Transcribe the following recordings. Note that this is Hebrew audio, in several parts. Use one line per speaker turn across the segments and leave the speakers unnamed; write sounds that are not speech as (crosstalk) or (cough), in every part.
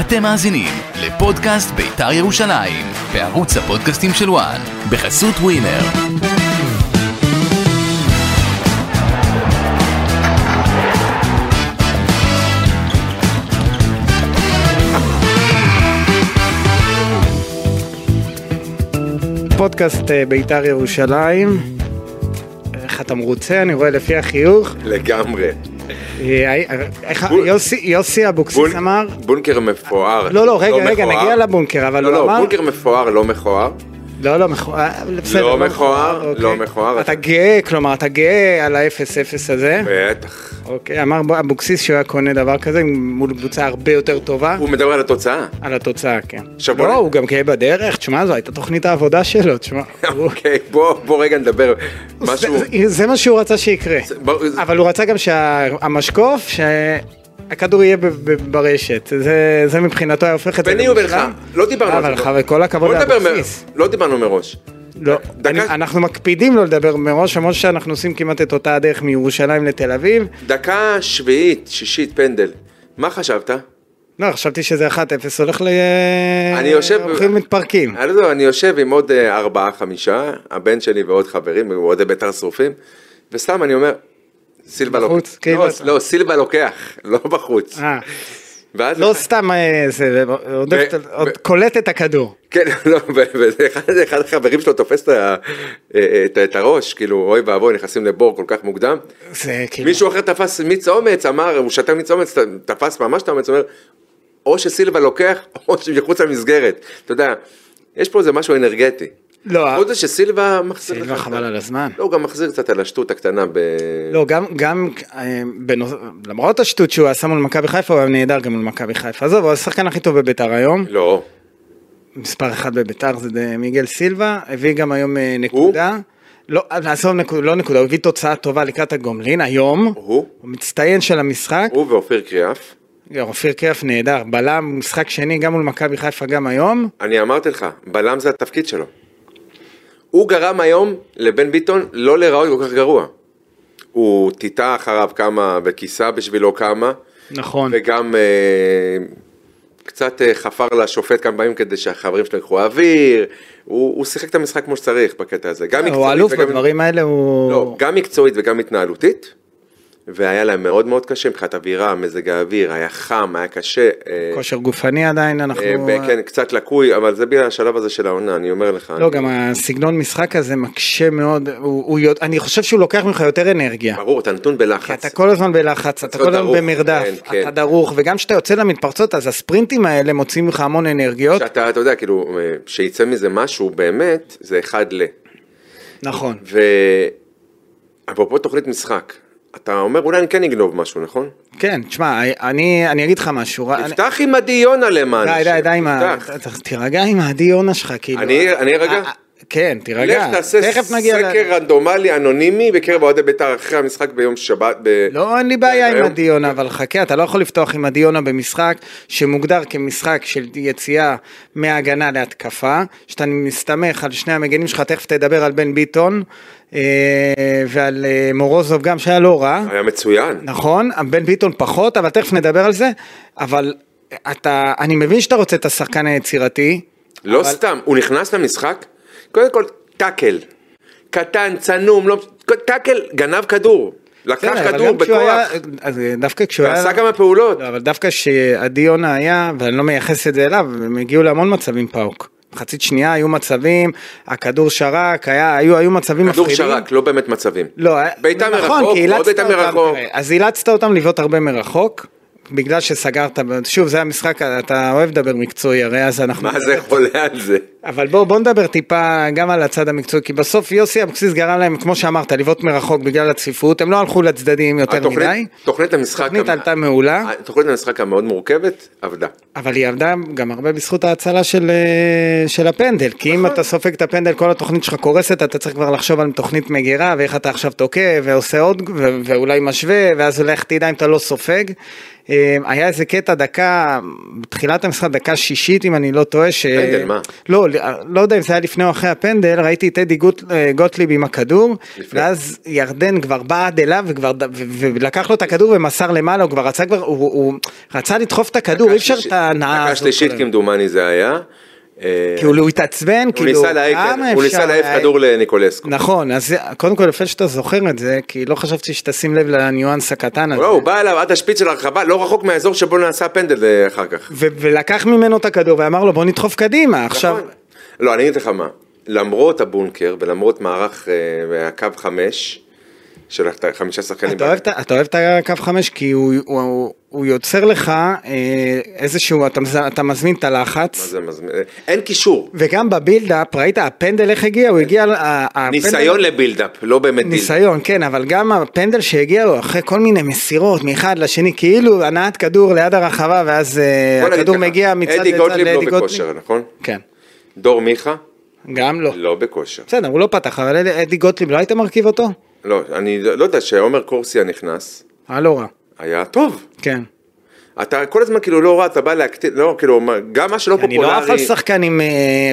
אתם מאזינים לפודקאסט בית"ר ירושלים, בערוץ הפודקאסטים של וואן, בחסות ווינר.
פודקאסט אה, בית"ר ירושלים. איך אתה מרוצה? אני רואה לפי החיוך.
לגמרי.
אה, אה, איך-
בול.
יוסי- יוסי אבוקסיס
בול-
אמר...
בונקר מפואר.
לא, לא, רגע, רגע,
מכוער.
נגיע לבונקר, אבל
לא,
הוא
לא,
אמר...
בונקר מפואר, לא מכוער.
לא, לא, מכוער, בסדר.
לא מכוער,
אוקיי.
לא מכוער. כן.
אתה גאה, כלומר, אתה גאה על ה-0-0 הזה.
בטח.
אוקיי, אמר בו- אבוקסיס שהוא היה קונה דבר כזה מול קבוצה הרבה יותר טובה.
הוא מדבר על התוצאה.
על התוצאה, כן.
עכשיו בוא
לא,
נ-
הוא גם גאה בדרך, תשמע, זו הייתה תוכנית העבודה שלו, תשמע. (laughs) הוא-
אוקיי, בוא בוא רגע נדבר. משהו...
זה- זה- זה מה שהוא רצה שיקרה.
זה- ברור, זה-
אבל הוא רצה גם שהמשקוף, שהכדור יהיה ב- ב- ברשת. זה- זה מבחינתו היה הופך את זה.
ביני ובינך,
למושלם.
לא דיברנו על
אבל
זה.
חבל, כל הכבוד
בוא נדבר
לאבוקסיס.
מ- לא דיברנו מראש.
לא,
דקה-
אני- אנחנו מקפידים לא לדבר מראש, למרות שאנחנו עושים כמעט את אותה הדרך מירושלים לתל אביב.
דקה שביעית, שישית, פנדל. מה חשבת?
לא, חשבתי שזה 1-0 הולך ל...
אני יושב...
הולכים מתפרקים.
אני לא, אני יושב עם עוד אה, ארבעה, חמישה, הבן שלי ועוד חברים, אוהדי בית"ר שרופים, וסתם אני אומר, סילבה
בחוץ,
לוקח.
כאילו
לא,
אתה-
לא, סילבה לוקח, לא בחוץ.
אה,
ואז...
לא סתם אה, זה, עודף-
ו-
עוד
ו-
קולט את הכדור.
כן, (laughs) לא, ו- וזה אחד- אחד החברים שלו תופס את ה- אה, את- את הראש, כאילו, אוי ואבוי, נכנסים לבור כל כך מוקדם.
זה כאילו...
מישהו אחר תפס מיץ אומץ, אמר, הוא שתה מיץ אומץ, ת- תפס ממש את האומץ, אומר, או שסילבה לוקח, (laughs) או שמחוץ למסגרת. אתה יודע, יש פה איזה משהו אנרגטי.
לא,
עוד זה שסילבה מחזיר
סילבה
לך
חבל
קצת.
על הזמן.
לא, הוא גם מחזיר קצת על השטות הקטנה ב...
לא, גם, גם אה, בנוס... למרות השטות שהוא עשה מול מכבי חיפה, הוא היה נהדר גם מול מכבי חיפה. עזוב, הוא השחקן הכי טוב בביתר היום.
לא.
מספר אחת בביתר זה ד- מיגל סילבה, הביא גם היום אה, נקודה. לא, לעזוב נקודה, לא נקודה, הוא הביא תוצאה טובה לקראת הגומלין היום.
הוא?
הוא מצטיין של המשחק.
הוא ואופיר קריאף.
גם אופיר קריאף נהדר, בלם, משחק שני גם מול מכבי חיפה גם היום.
אני אמרתי לך, בלם זה התפקיד שלו. הוא גרם היום לבן ביטון לא להיראות כל כך גרוע. הוא טיטה אחריו כמה וכיסה בשבילו כמה,
נכון.
וגם אה, קצת אה, חפר לשופט כמה פעמים כדי שהחברים שלו יקחו אוויר. הוא, הוא שיחק את המשחק כמו שצריך בקטע הזה. גם
הוא אלוף
וגם-
בדברים האלה, הוא...
לא, גם מקצועית וגם התנהלותית, והיה להם מאוד מאוד קשה מבחינת אווירה, מזג האוויר, היה חם, היה קשה. אה,
כושר גופני עדיין, אנחנו...
אה, ב- כן, קצת לקוי, אבל זה בגלל השלב הזה של העונה, אני אומר לך.
לא,
אני-
גם הסגנון משחק הזה מקשה מאוד, הוא, הוא, יודע- אני חושב שהוא לוקח ממך יותר אנרגיה.
ברור, אתה נתון
כי
בלחץ.
אתה כל הזמן בלחץ, אתה
להיות
כל הזמן
דרוך,
במרדף,
כן, כן.
אתה דרוך, וגם כשאתה יוצא למתפרצות, אז הספרינטים האלה מוציאים ממך המון אנרגיות.
שאתה, אתה יודע, כאילו, אה, שיצא מזה משהו באמת, זה אחד ל...
נכון.
ו... אפרופו תוכנית משחק, אתה אומר, אולי אני כן אגנוב משהו, נכון?
כן, תשמע, אני, אני אגיד לך משהו. אני-
תפתח עם עדי יונה למען.
די,
השם,
די, די, עם ה-
תפתח.
ת- ת- תירגע עם העדי יונה שלך, כאילו.
אני- אני ארגע?
אה, אה, כן, תירגע.
לך תעשה
תכף נגיע ל-
סקר רנדומלי אנונימי בקרב אוהדי בית"ר אחרי המשחק ביום שבת. ב-
לא, אין לי בעיה עם
היום.
עדי יונה, אבל חכה, אתה לא יכול לפתוח עם עדי יונה במשחק שמוגדר כמשחק של יציאה מהגנה להתקפה, שאתה מסתמך על שני המגנים שלך, תכף תדבר על בן ביטון אה, ועל אה, מורוזוב גם, שהיה לא רע,
היה מצוין.
נכון, בן ביטון פחות, אבל תכף נדבר על זה, אבל אתה, אני מבין שאתה רוצה את השחקן היצירתי,
לא סתם, הוא נכנס למשחק, קודם כל טאקל. קטן, צנום, לא... טאקל, גנב כדור. לקח
בסדר, כן, אבל
כדור
גם כשהוא היה-
בכוח,
אז אה, דווקא כשהוא היה...
ועשה כמה פעולות.
לא, אבל דווקא שעדי יונה היה, ואני לא מייחס את זה אליו, הם הגיעו להמון מצבים פאוק. מחצית שנייה היו מצבים, הכדור שרק, היה, היו, היו מצבים
כדור
מפחידים.
שרק, לא באמת מצבים.
לא, היה-
בעיטה
נכון,
מרחוק,
כי
עוד
אילצת
בעיטה
אותם,
מרחוק.
תראה, אז אילצת אותם לבעוט הרבה מרחוק. בגלל שסגרת, שוב זה המשחק, אתה אוהב לדבר מקצועי הרי אז אנחנו...
מה זה חולה על זה?
אבל בואו בוא נדבר טיפה גם על הצד המקצועי, כי בסוף יוסי אבוקסיס גרם להם, כמו שאמרת, לבעוט מרחוק בגלל הצפיפות, הם לא הלכו לצדדים יותר
התוכנית-
מדי.
תוכנית המשחק...
התוכנית
המ-
עלתה מעולה.
תוכנית המשחק המאוד מורכבת, עבדה.
אבל היא עבדה גם הרבה בזכות ההצלה של, אה, של הפנדל, כי
נכון.
אם אתה סופג את הפנדל כל התוכנית שלך קורסת, אתה צריך כבר לחשוב על תוכנית מגירה, ואיך אתה עכשיו תוקע, ועושה עוד, ו- ואולי משווה, ואז לך תדע אם אתה לא סופג. אה, היה איזה קטע דקה, בתחילת המשחק, דקה שישית אם אני לא טועה, ש...
פנדל, מה?
לא, לא יודע אם זה היה לפני או אחרי הפנדל, ראיתי את אדי גוט- אה, גוטליב עם הכדור,
לפני.
ואז ירדן כבר בא עד אליו וכבר ד- ו- ו- ולקח לו את הכדור ומסר למעלה, הוא כבר רצה כבר, הוא- הוא רצה לדחוף את הכדור, אי אפשר את ההנאה
דקה
הזאת.
שלישית כמדומני זה היה. אה,
כאילו הוא התעצבן,
הוא
כאילו,
ניסה להעיף-
כמה
הוא
אפשר
ניסה להעיף
להעיף?
כדור לניקולסקו.
נכון, אז זה- קודם כל יפה שאתה זוכר את זה, כי לא חשבתי שתשים לב לניואנס הקטן הזה.
לא, הוא בא אליו עד השפיץ של הרחבה, לא רחוק מהאזור שבו נעשה הפנדל אה, אחר כך.
ו- ולקח ממנו את הכדור ואמר לו בוא נדחוף קדימה עכשיו
נכון. לא, אני אגיד לך מה, למרות הבונקר ולמרות מערך אה, הקו חמש, של הת- חמישה שחקנים,
אתה אוהב, את ה- אתה אוהב את הקו חמש כי הוא, הוא, הוא, הוא יוצר לך אה, איזשהו אתה, מז- אתה מזמין את
מה
הלחץ
זה מזמין? אין קישור.
וגם בבילדאפ ראית הפנדל איך הגיע הוא הגיע ל- ה- הפנדל-
ניסיון לבילדאפ, לא באמת בילדאפ.
ניסיון כן אבל גם הפנדל שהגיע לו אחרי כל מיני מסירות מאחד לשני כאילו הנעת כדור ליד הרחבה ואז אה,
בוא נגיד
הכדור
ככה,
מגיע מצד לצד
אדי גוטליב לא
לאדי
בכושר, נכון?
כן
דור מיכה?
גם לא.
לא בכושר.
בסדר הוא לא פתח אבל אדי- אדי גוטליב לא היית מרכיב אותו?
לא, אני לא יודע, כשעומר קורסיה נכנס,
אה לא רע
היה טוב.
כן.
אתה כל הזמן כאילו לא רע, אתה בא להקטין, לא, כאילו, מה- גם מה שלא
אני לא עף על
פופולרי.
שחקנים אה,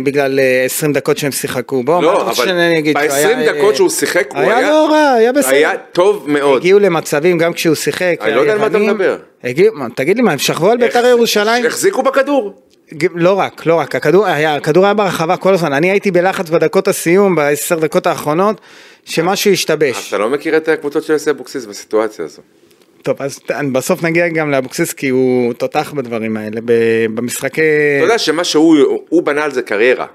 בגלל אה, 20 דקות שהם שיחקו, בוא, מה אתה
לא,
רוצה
אבל
שאני אגיד? שהוא
ב-20
היה,
דקות
אה,
שהוא שיחק, הוא
היה
היה...
לא רע, היה בסדר.
היה טוב מאוד.
הגיעו למצבים גם כשהוא שיחק.
אני לא יודע על מה אתה
היוונים-
מדבר.
הגיעו- מה, תגיד לי מה, הם שכבו על בית"ר ירושלים?
החזיקו בכדור.
גם- לא רק, לא רק, הכדור היה, הכדור היה ברחבה כל הזמן, אני הייתי בלחץ בדקות הסיום, בעשר דקות האחרונות, שמשהו השתבש.
אתה לא מכיר את הקבוצות של יוסי אבוקסיס בסיטואציה הזו.
כן. טוב, אז ת- בסוף נגיע גם לאבוקסיס, כי הוא תותח בדברים האלה, ב- במשחקי...
אתה יודע שמה שהוא, הוא בנה על זה קריירה.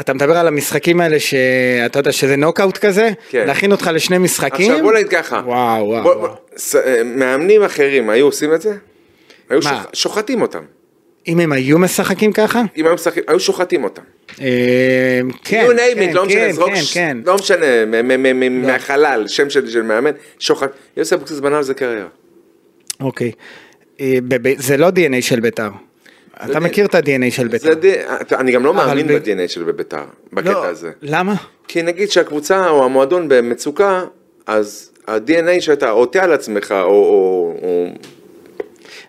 אתה מדבר על המשחקים האלה שאתה יודע שזה נוקאוט כזה?
כן.
להכין אותך לשני משחקים?
עכשיו בוא נגיד ככה.
וואו וואו.
בוא-
וואו.
בוא- ס- אה, מאמנים אחרים היו עושים את זה?
מה?
היו שוח- שוחטים אותם.
אם הם היו משחקים ככה?
אם היו משחקים, היו שוחטים אותם.
אה, כן,
you name
כן,
it, לא משנה,
כן,
זרוק,
כן,
ש-
כן. לא.
לא משנה, מ- מ- מ- מ- מהחלל, שם של של מאמן, שוחט. יוסי אבוקסיס בנה על זה קריירה.
אוקיי. אה, בב- זה לא דנ"א של בית"ר. אתה מכיר את הדנ"א של בית"ר.
זה די- אתה- אני גם לא
אבל
מאמין
ב-
ב-DNA של בית"ר,
לא,
בקטע הזה.
למה?
כי נגיד שהקבוצה או המועדון במצוקה, אז ה-DNA שאתה עוטה על עצמך, או- או... או-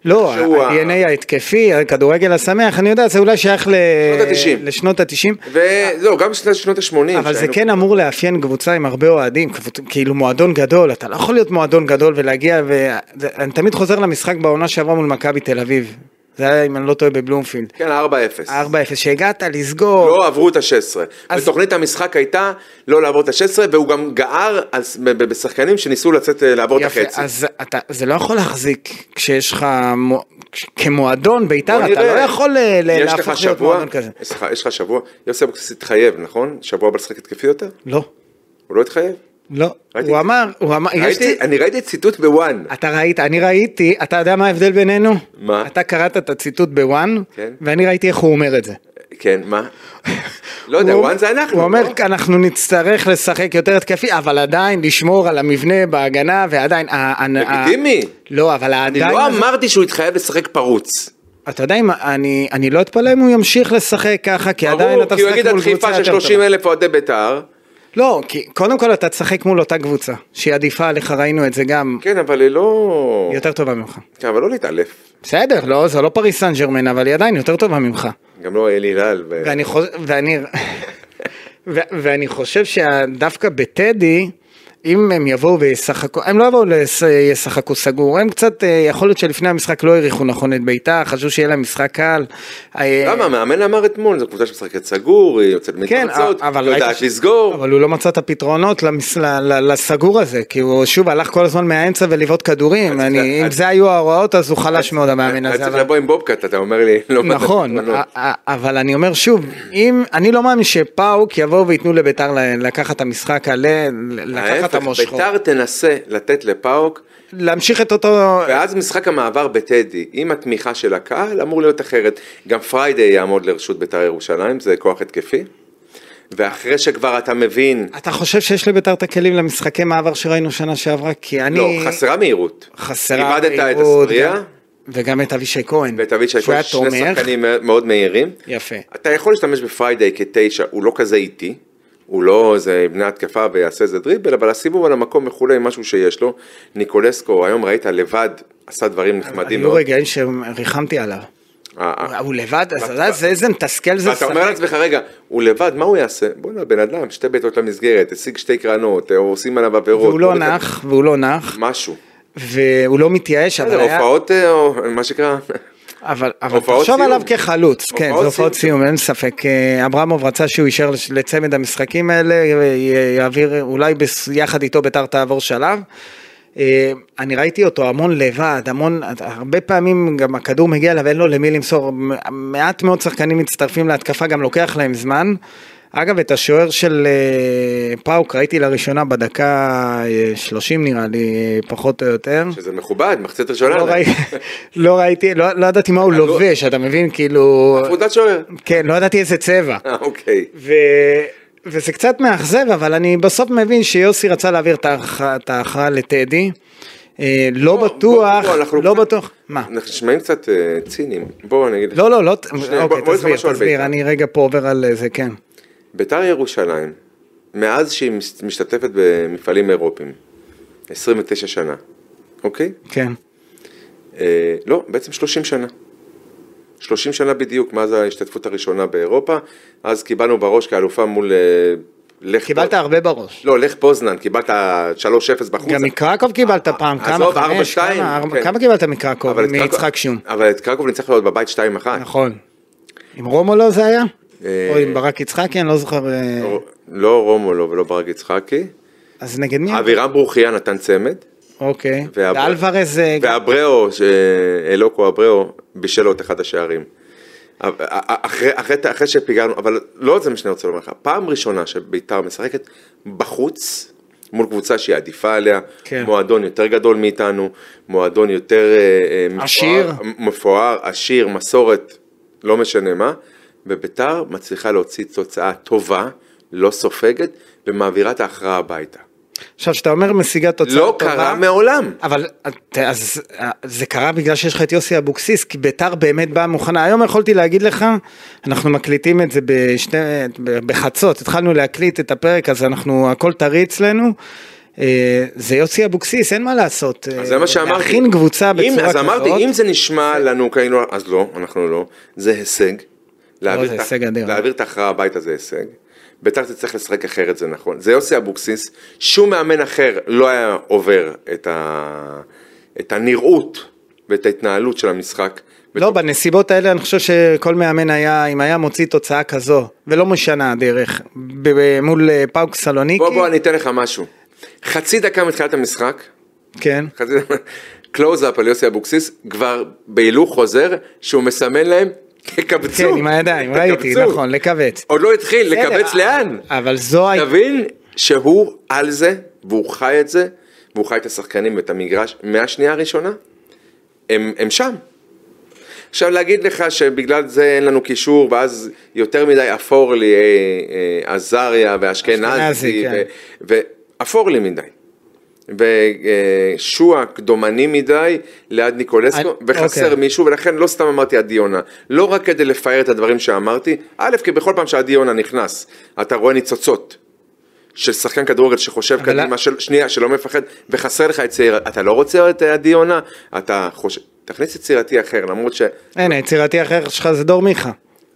לא,
שהוא ה-
ה-DNA ההתקפי, הכדורגל השמח, אני יודע, זה אולי שייך ל-
שנות ה-תשעים.
לשנות ה-90.
ולא, לא, גם בשנות שנות ה-80.
אה. אבל זה כן אמור לאפיין קבוצה עם הרבה אוהדים, קבוצ- כאילו מועדון גדול, אתה לא יכול להיות מועדון גדול ולהגיע ו... זה- אני תמיד חוזר למשחק בעונה שעברה מול מכבי תל אביב. זה היה, אם אני לא טועה, בבלומפילד.
כן, 4-0.
4-0, שהגעת לסגור,
לא עברו את ה-16.
אז-
ותוכנית המשחק הייתה לא לעבור את ה-16, והוא גם גער על ס- ב- ב- בשחקנים שניסו לצאת אה, לעבור את
יפה,
החצי.
אז אתה, זה לא יכול להחזיק כשיש לך, מו- כש- כמועדון
בוא
בית"ר, אתה
נראה.
לא יכול אה, ל-
יש
להפוך
לך
להיות
שבוע-
מועדון כזה.
יש לך- יש לך שבוע, יוסי אבוקסיס התחייב, נכון? שבוע הבא לשחק התקפי יותר?
לא,
הוא לא התחייב?
לא.
ראיתי
הוא
את-
אמר, הוא אמר, יש לי...
ראיתי- אני ראיתי ציטוט בוואן.
אתה ראית, אני ראיתי, אתה יודע מה ההבדל בינינו?
מה?
אתה קראת את הציטוט בוואן,
כן.
ואני ראיתי איך הוא אומר את זה.
כן, מה? לא יודע,
הוא-
וואן זה אנחנו.
הוא אומר,
לא?
אנחנו נצטרך לשחק יותר התקפי, אבל עדיין לשמור על המבנה בהגנה, ועדיין... ה- ה-
לגיטימי.
לא, אבל
אני
העדיין...
לא
הזה-
אמרתי שהוא התחייב לשחק פרוץ.
אתה יודע, אם- אני אני לא אתפלא אם הוא ימשיך לשחק ככה, כי עדיין
ברור,
אתה
כי הוא
משחק
יגיד
מול
על
קבוצה
חיפה
יותר
של
טובה.
30 אלף אוהדי בית"ר.
לא, כי קודם כל אתה תשחק מול אותה קבוצה, שהיא עדיפה עליך, ראינו את זה גם,
כן, אבל היא לא...
יותר טובה ממך.
כן, אבל לא להתעלף.
בסדר, לא, זה לא פריס סן ג'רמן, אבל היא עדיין יותר טובה ממך.
גם לא אלי הלל. ו-
ואני חושב, ואני, (laughs) ו, ואני חושב שדווקא בטדי, אם הם יבואו וישחקו, הם לא יבואו וישחקו סגור, הם קצת, אה, יכול להיות שלפני המשחק לא העריכו נכון את ביתר, חשבו שיהיה להם משחק קל. אה,
למה? לא המאמן אמר אתמול, זו קבוצה שמשחקת סגור, היא יוצאת
כן,
מתפרצות,
אבל
היא
ראית
יודעת
ש-
לסגור.
אבל הוא לא מצא את הפתרונות למס... ל... ל... לסגור הזה, כי הוא שוב הלך כל הזמן מהאמצע ולבעוט כדורים,
אז
אני...
אתה-
אם
אז-
זה היו ההוראות אז הוא חלש מאוד המאמן
היה
הזה.
צריך
אבל-
לבוא עם בובקאט, אתה אומר לי. לא מצאתי
נכון,
פתרונות.
א- א- אבל אני אומר שוב, אם, אני לא מאמין שפאוק יבואו וייתנו לביתר ל- לקחת את המשחק עלה, לקחת את
ההפך,
המושכו,
בית"ר תנסה לתת לפאוק,
להמשיך את אותו,
ואז משחק המעבר בטדי, עם התמיכה של הקהל, אמור להיות אחרת. גם פריידי יעמוד לרשות בית"ר ירושלים, זה כוח התקפי. ואחרי שכבר אתה מבין,
אתה חושב שיש לביתר את הכלים למשחקי מעבר שראינו שנה שעברה? כי אני,
לא, חסרה מהירות.
חסרה,
איבדת את
מהירות,
אספריה,
גם- וגם את אבישי כהן,
ואת אבישי
שהוא היה
כהן, שני
תומך,
שחקנים מאוד מהירים.
יפה,
אתה יכול להשתמש בפריידיי כתשע, הוא לא כזה איטי, הוא לא איזה יבנה התקפה ויעשה איזה דריבל, אבל הסיבוב על המקום וכולי, משהו שיש לו. ניקולסקו, היום ראית לבד, עשה דברים נחמדים
היו
מאוד.
רגעים שריחמתי עליו.
ה- ה-
הוא לבד, אז
ואתה-
אתה יודע זה- איזה מתסכל זה
ואתה אומר לעצמך, רגע, הוא לבד, מה הוא יעשה? בוא'נה, בן אדם, שתי בעיטות למסגרת, השיג שתי קרנות, אה, עושים עליו עבירות.
והוא לא
הוריד את-
נח, והוא לא נח,
משהו.
והוא לא מתייאש, אבל
בסדר,
היה...
הופעות, אה, או- מה שנקרא,
אבל, אבל
הופעות
תחשוב
סיום.
עליו כחלוץ, כן,
הופעות
זה הופעות
סיום.
סיום, אין ספק. אה, אברמוב רצה שהוא יישאר לש- לצמד המשחקים האלה, י- יעביר אולי בס- יחד איתו ביתר תעבור שלב. אה, אני ראיתי אותו המון לבד, המון, הרבה פעמים גם הכדור מגיע אליו, אין לו למי למסור, מ- מעט מאוד שחקנים מצטרפים להתקפה, גם לוקח להם זמן. אגב, את השוער של אה, פאוק ראיתי לראשונה בדקה אה, 30 נראה לי, אה, פחות או יותר.
(laughs) שזה מכובד, מחצית ראשונה.
לא ראי- (laughs) לא ראיתי, לא לא ידעתי מה הוא
הגול-
לובש, אתה מבין? כאילו...
תעודת שוער.
כן, לא ידעתי איזה צבע.
אה, אוקיי.
ו- וזה קצת מאכזב, אבל אני בסוף מבין שיוסי רצה להעביר את ההכרעה- את ההכרעה לטדי. אה, לא
בוא,
בטוח,
בוא, בוא, אנחנו
לא
קצת-
בטוח, מה?
אנחנו נשמעים קצת אה, ציניים. בואו אני אגיד לך.
לא, לא, לא,
שנייה, בוא-
אוקיי,
בוא
תסביר,
נעשה משהו על
תסביר,
בית"ר.
אני רגע פה עובר על זה, כן.
ביתר ירושלים, מאז שהיא מס- משתתפת במפעלים אירופיים, 29 שנה, אוקיי?
כן,
אה, לא, בעצם 30 שנה. 30 שנה בדיוק מאז ההשתתפות הראשונה באירופה, אז קיבלנו בראש כאלופה מול... אה, לך
קיבלת
פוז-
הרבה בראש.
לא, לך פוזנן, קיבלת 3-0 בחוץ.
גם מקרקוב קיבלת פעם, כמה?
אה, עזוב,
חמש?
4-2,
כמה? ארבע-
כן.
כמה קיבלת מקרקוב?
אבל את קרקוב-
מיצחק שום.
אבל את קרקוב ניצחנו עוד בבית 2-1.
נכון. עם רומולו זה היה?
אה,
או עם ברק יצחקי? אני לא זוכר. אה,
ר- לא רומולו ולא ברק יצחקי.
אז נגד מי?
אבירם ברוכיה נתן צמד.
אוקיי.
והב-
ואלוורז אה, גם-
ואבריאו, ש- אלוקו אבריאו, בישל לו את אחד השערים. אב- א- א- אחרי, אחרי, אחרי שפיגרנו, אבל לא זה מה שאני רוצה לומר לך, פעם ראשונה שביתר משחקת בחוץ, מול קבוצה שהיא עדיפה עליה,
כן.
מועדון יותר גדול מאיתנו, מועדון יותר אה, אה, מפואר-
עשיר.
מפואר, עשיר, מסורת, לא משנה מה, וביתר מצליחה להוציא תוצאה טובה, לא סופגת, ומעבירה את ההכרעה הביתה.
עכשיו, כשאתה אומר משיגת תוצאה
לא
טובה,
קרה מעולם.
אבל ת- אז אה, זה קרה בגלל שיש לך את יוסי אבוקסיס, כי ביתר באמת באה מוכנה. היום יכולתי להגיד לך, אנחנו מקליטים את זה בשני, ב- בחצות, התחלנו להקליט את הפרק, אז אנחנו, הכל טרי אצלנו. אה, זה יוסי אבוקסיס, אין מה לעשות. אה,
אז זה מה שאמרתי.
להכין קבוצה
אם-
בצורה
אז
כזאת.
אמרתי, אם זה נשמע לנו כאילו, אז לא, אנחנו לא. זה הישג. להעביר
זה
את ה-
הישג אדיר.
להעביר את ההכרעה הביתה זה הישג. בית"ר תצטרך לשחק אחרת, זה נכון. זה יוסי אבוקסיס, שום מאמן אחר לא היה עובר את ה- את הנראות ואת ההתנהלות של המשחק.
לא, בנסיבות האלה אני חושב שכל מאמן היה, אם היה מוציא תוצאה כזו, ולא משנה הדרך, ב- ב- מול אה, פאוק סלוניקי,
בוא, בוא, אני אתן לך משהו. חצי דקה מתחילת המשחק,
כן,
חצי דקה, קלוז-אפ על יוסי אבוקסיס, כבר בהילוך חוזר, שהוא מסמן להם, תקבצו.
כן, עם הידיים, ראיתי,
תקבצו.
נכון, לכווץ.
עוד לא התחיל,
בסדר, אה,
לקבץ לאן?
אבל זו הייתה...
תבין שהוא על זה, והוא חי את זה, והוא חי את השחקנים ואת המגרש מהשנייה הראשונה, הם, הם שם. עכשיו להגיד לך שבגלל זה אין לנו קישור, ואז יותר מדי אפור לי אה, אה, עזריה
אשכנזי,
ואשכנזי,
כן.
ו- ואפור לי מדי. ושועה קדומני מדי ליד ניקולסקו,
אני-
וחסר
אוקיי.
מישהו, ולכן לא סתם אמרתי עדי יונה. לא רק כדי לפאר את הדברים שאמרתי, א', כי בכל פעם שעדי יונה נכנס, אתה רואה ניצוצות של שחקן כדורגל שחושב
אבל-
קדימה, של, שנייה, שלא מפחד, וחסר לך יצירה, אתה לא רוצה את עדי יונה, אתה חושב, תכניס יצירתי אחר, למרות ש...
הנה, יצירתי אחר שלך זה דור מיכה.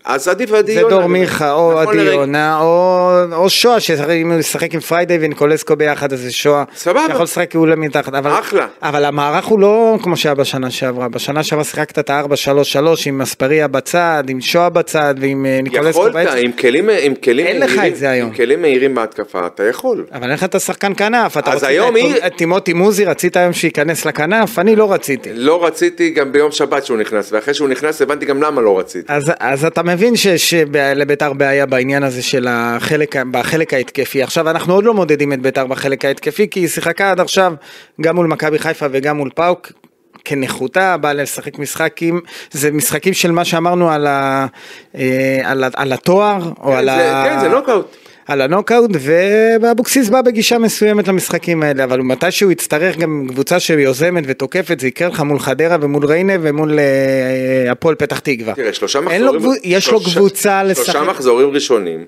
אז עדיף עדי
זה
יונה.
דור מיכה, או
נכון
עדי
לרגע-
יונה, או או שואה, שאם הוא ישחק עם פריידי וניקולסקו ביחד, אז זה שואה.
סבבה.
יכול לשחק כאילו מתחת. אבל-
אחלה.
אבל המערך הוא לא כמו שהיה בשנה שעברה. בשנה שעברה שיחקת את ה-4-3-3 עם אספריה בצד, עם שואה בצד, ועם אה, ניקולסקו
יכולת,
באמצע.
עם כלים, אה, עם כלים
אין לך
מהירים-
את זה היום.
עם כלים מהירים בהתקפה, אתה יכול.
אבל אין לך את השחקן כנף, אתה
אז
רצית
היום
את-
היא-
את טימוטי מוזי, רצית היום שייכנס לכנף, אני לא רציתי.
לא רציתי גם ביום שבת שהוא נכנס, ואחרי שהוא נכנס הבנתי גם למה לא רציתי.
אז, אז אתה מבין שיש לביתר בעיה בעניין הזה של החלק, בחלק ההתקפי. עכשיו, אנחנו עוד לא מודדים את ביתר בחלק ההתקפי, כי היא שיחקה עד עכשיו גם מול מכבי חיפה וגם מול פאוק. כנחותה, באה לשחק משחקים, זה משחקים של מה שאמרנו על, ה, אה, על, ה- על התואר, או
כן,
על,
זה-
ה,
כן, זה נוקאוט.
על הנוקאוט, ואבוקסיס בא בגישה מסוימת למשחקים האלה, אבל מתי שהוא יצטרך גם קבוצה שיוזמת ותוקפת, זה יקרה לך מול חדרה ומול ריינה ומול אה, אה, הפועל פתח תקווה.
תראה, שלושה
אין
מחזורים...
לו קבוצ- יש לו
שלושה-
קבוצה לשחק.
שלושה מחזורים ראשונים,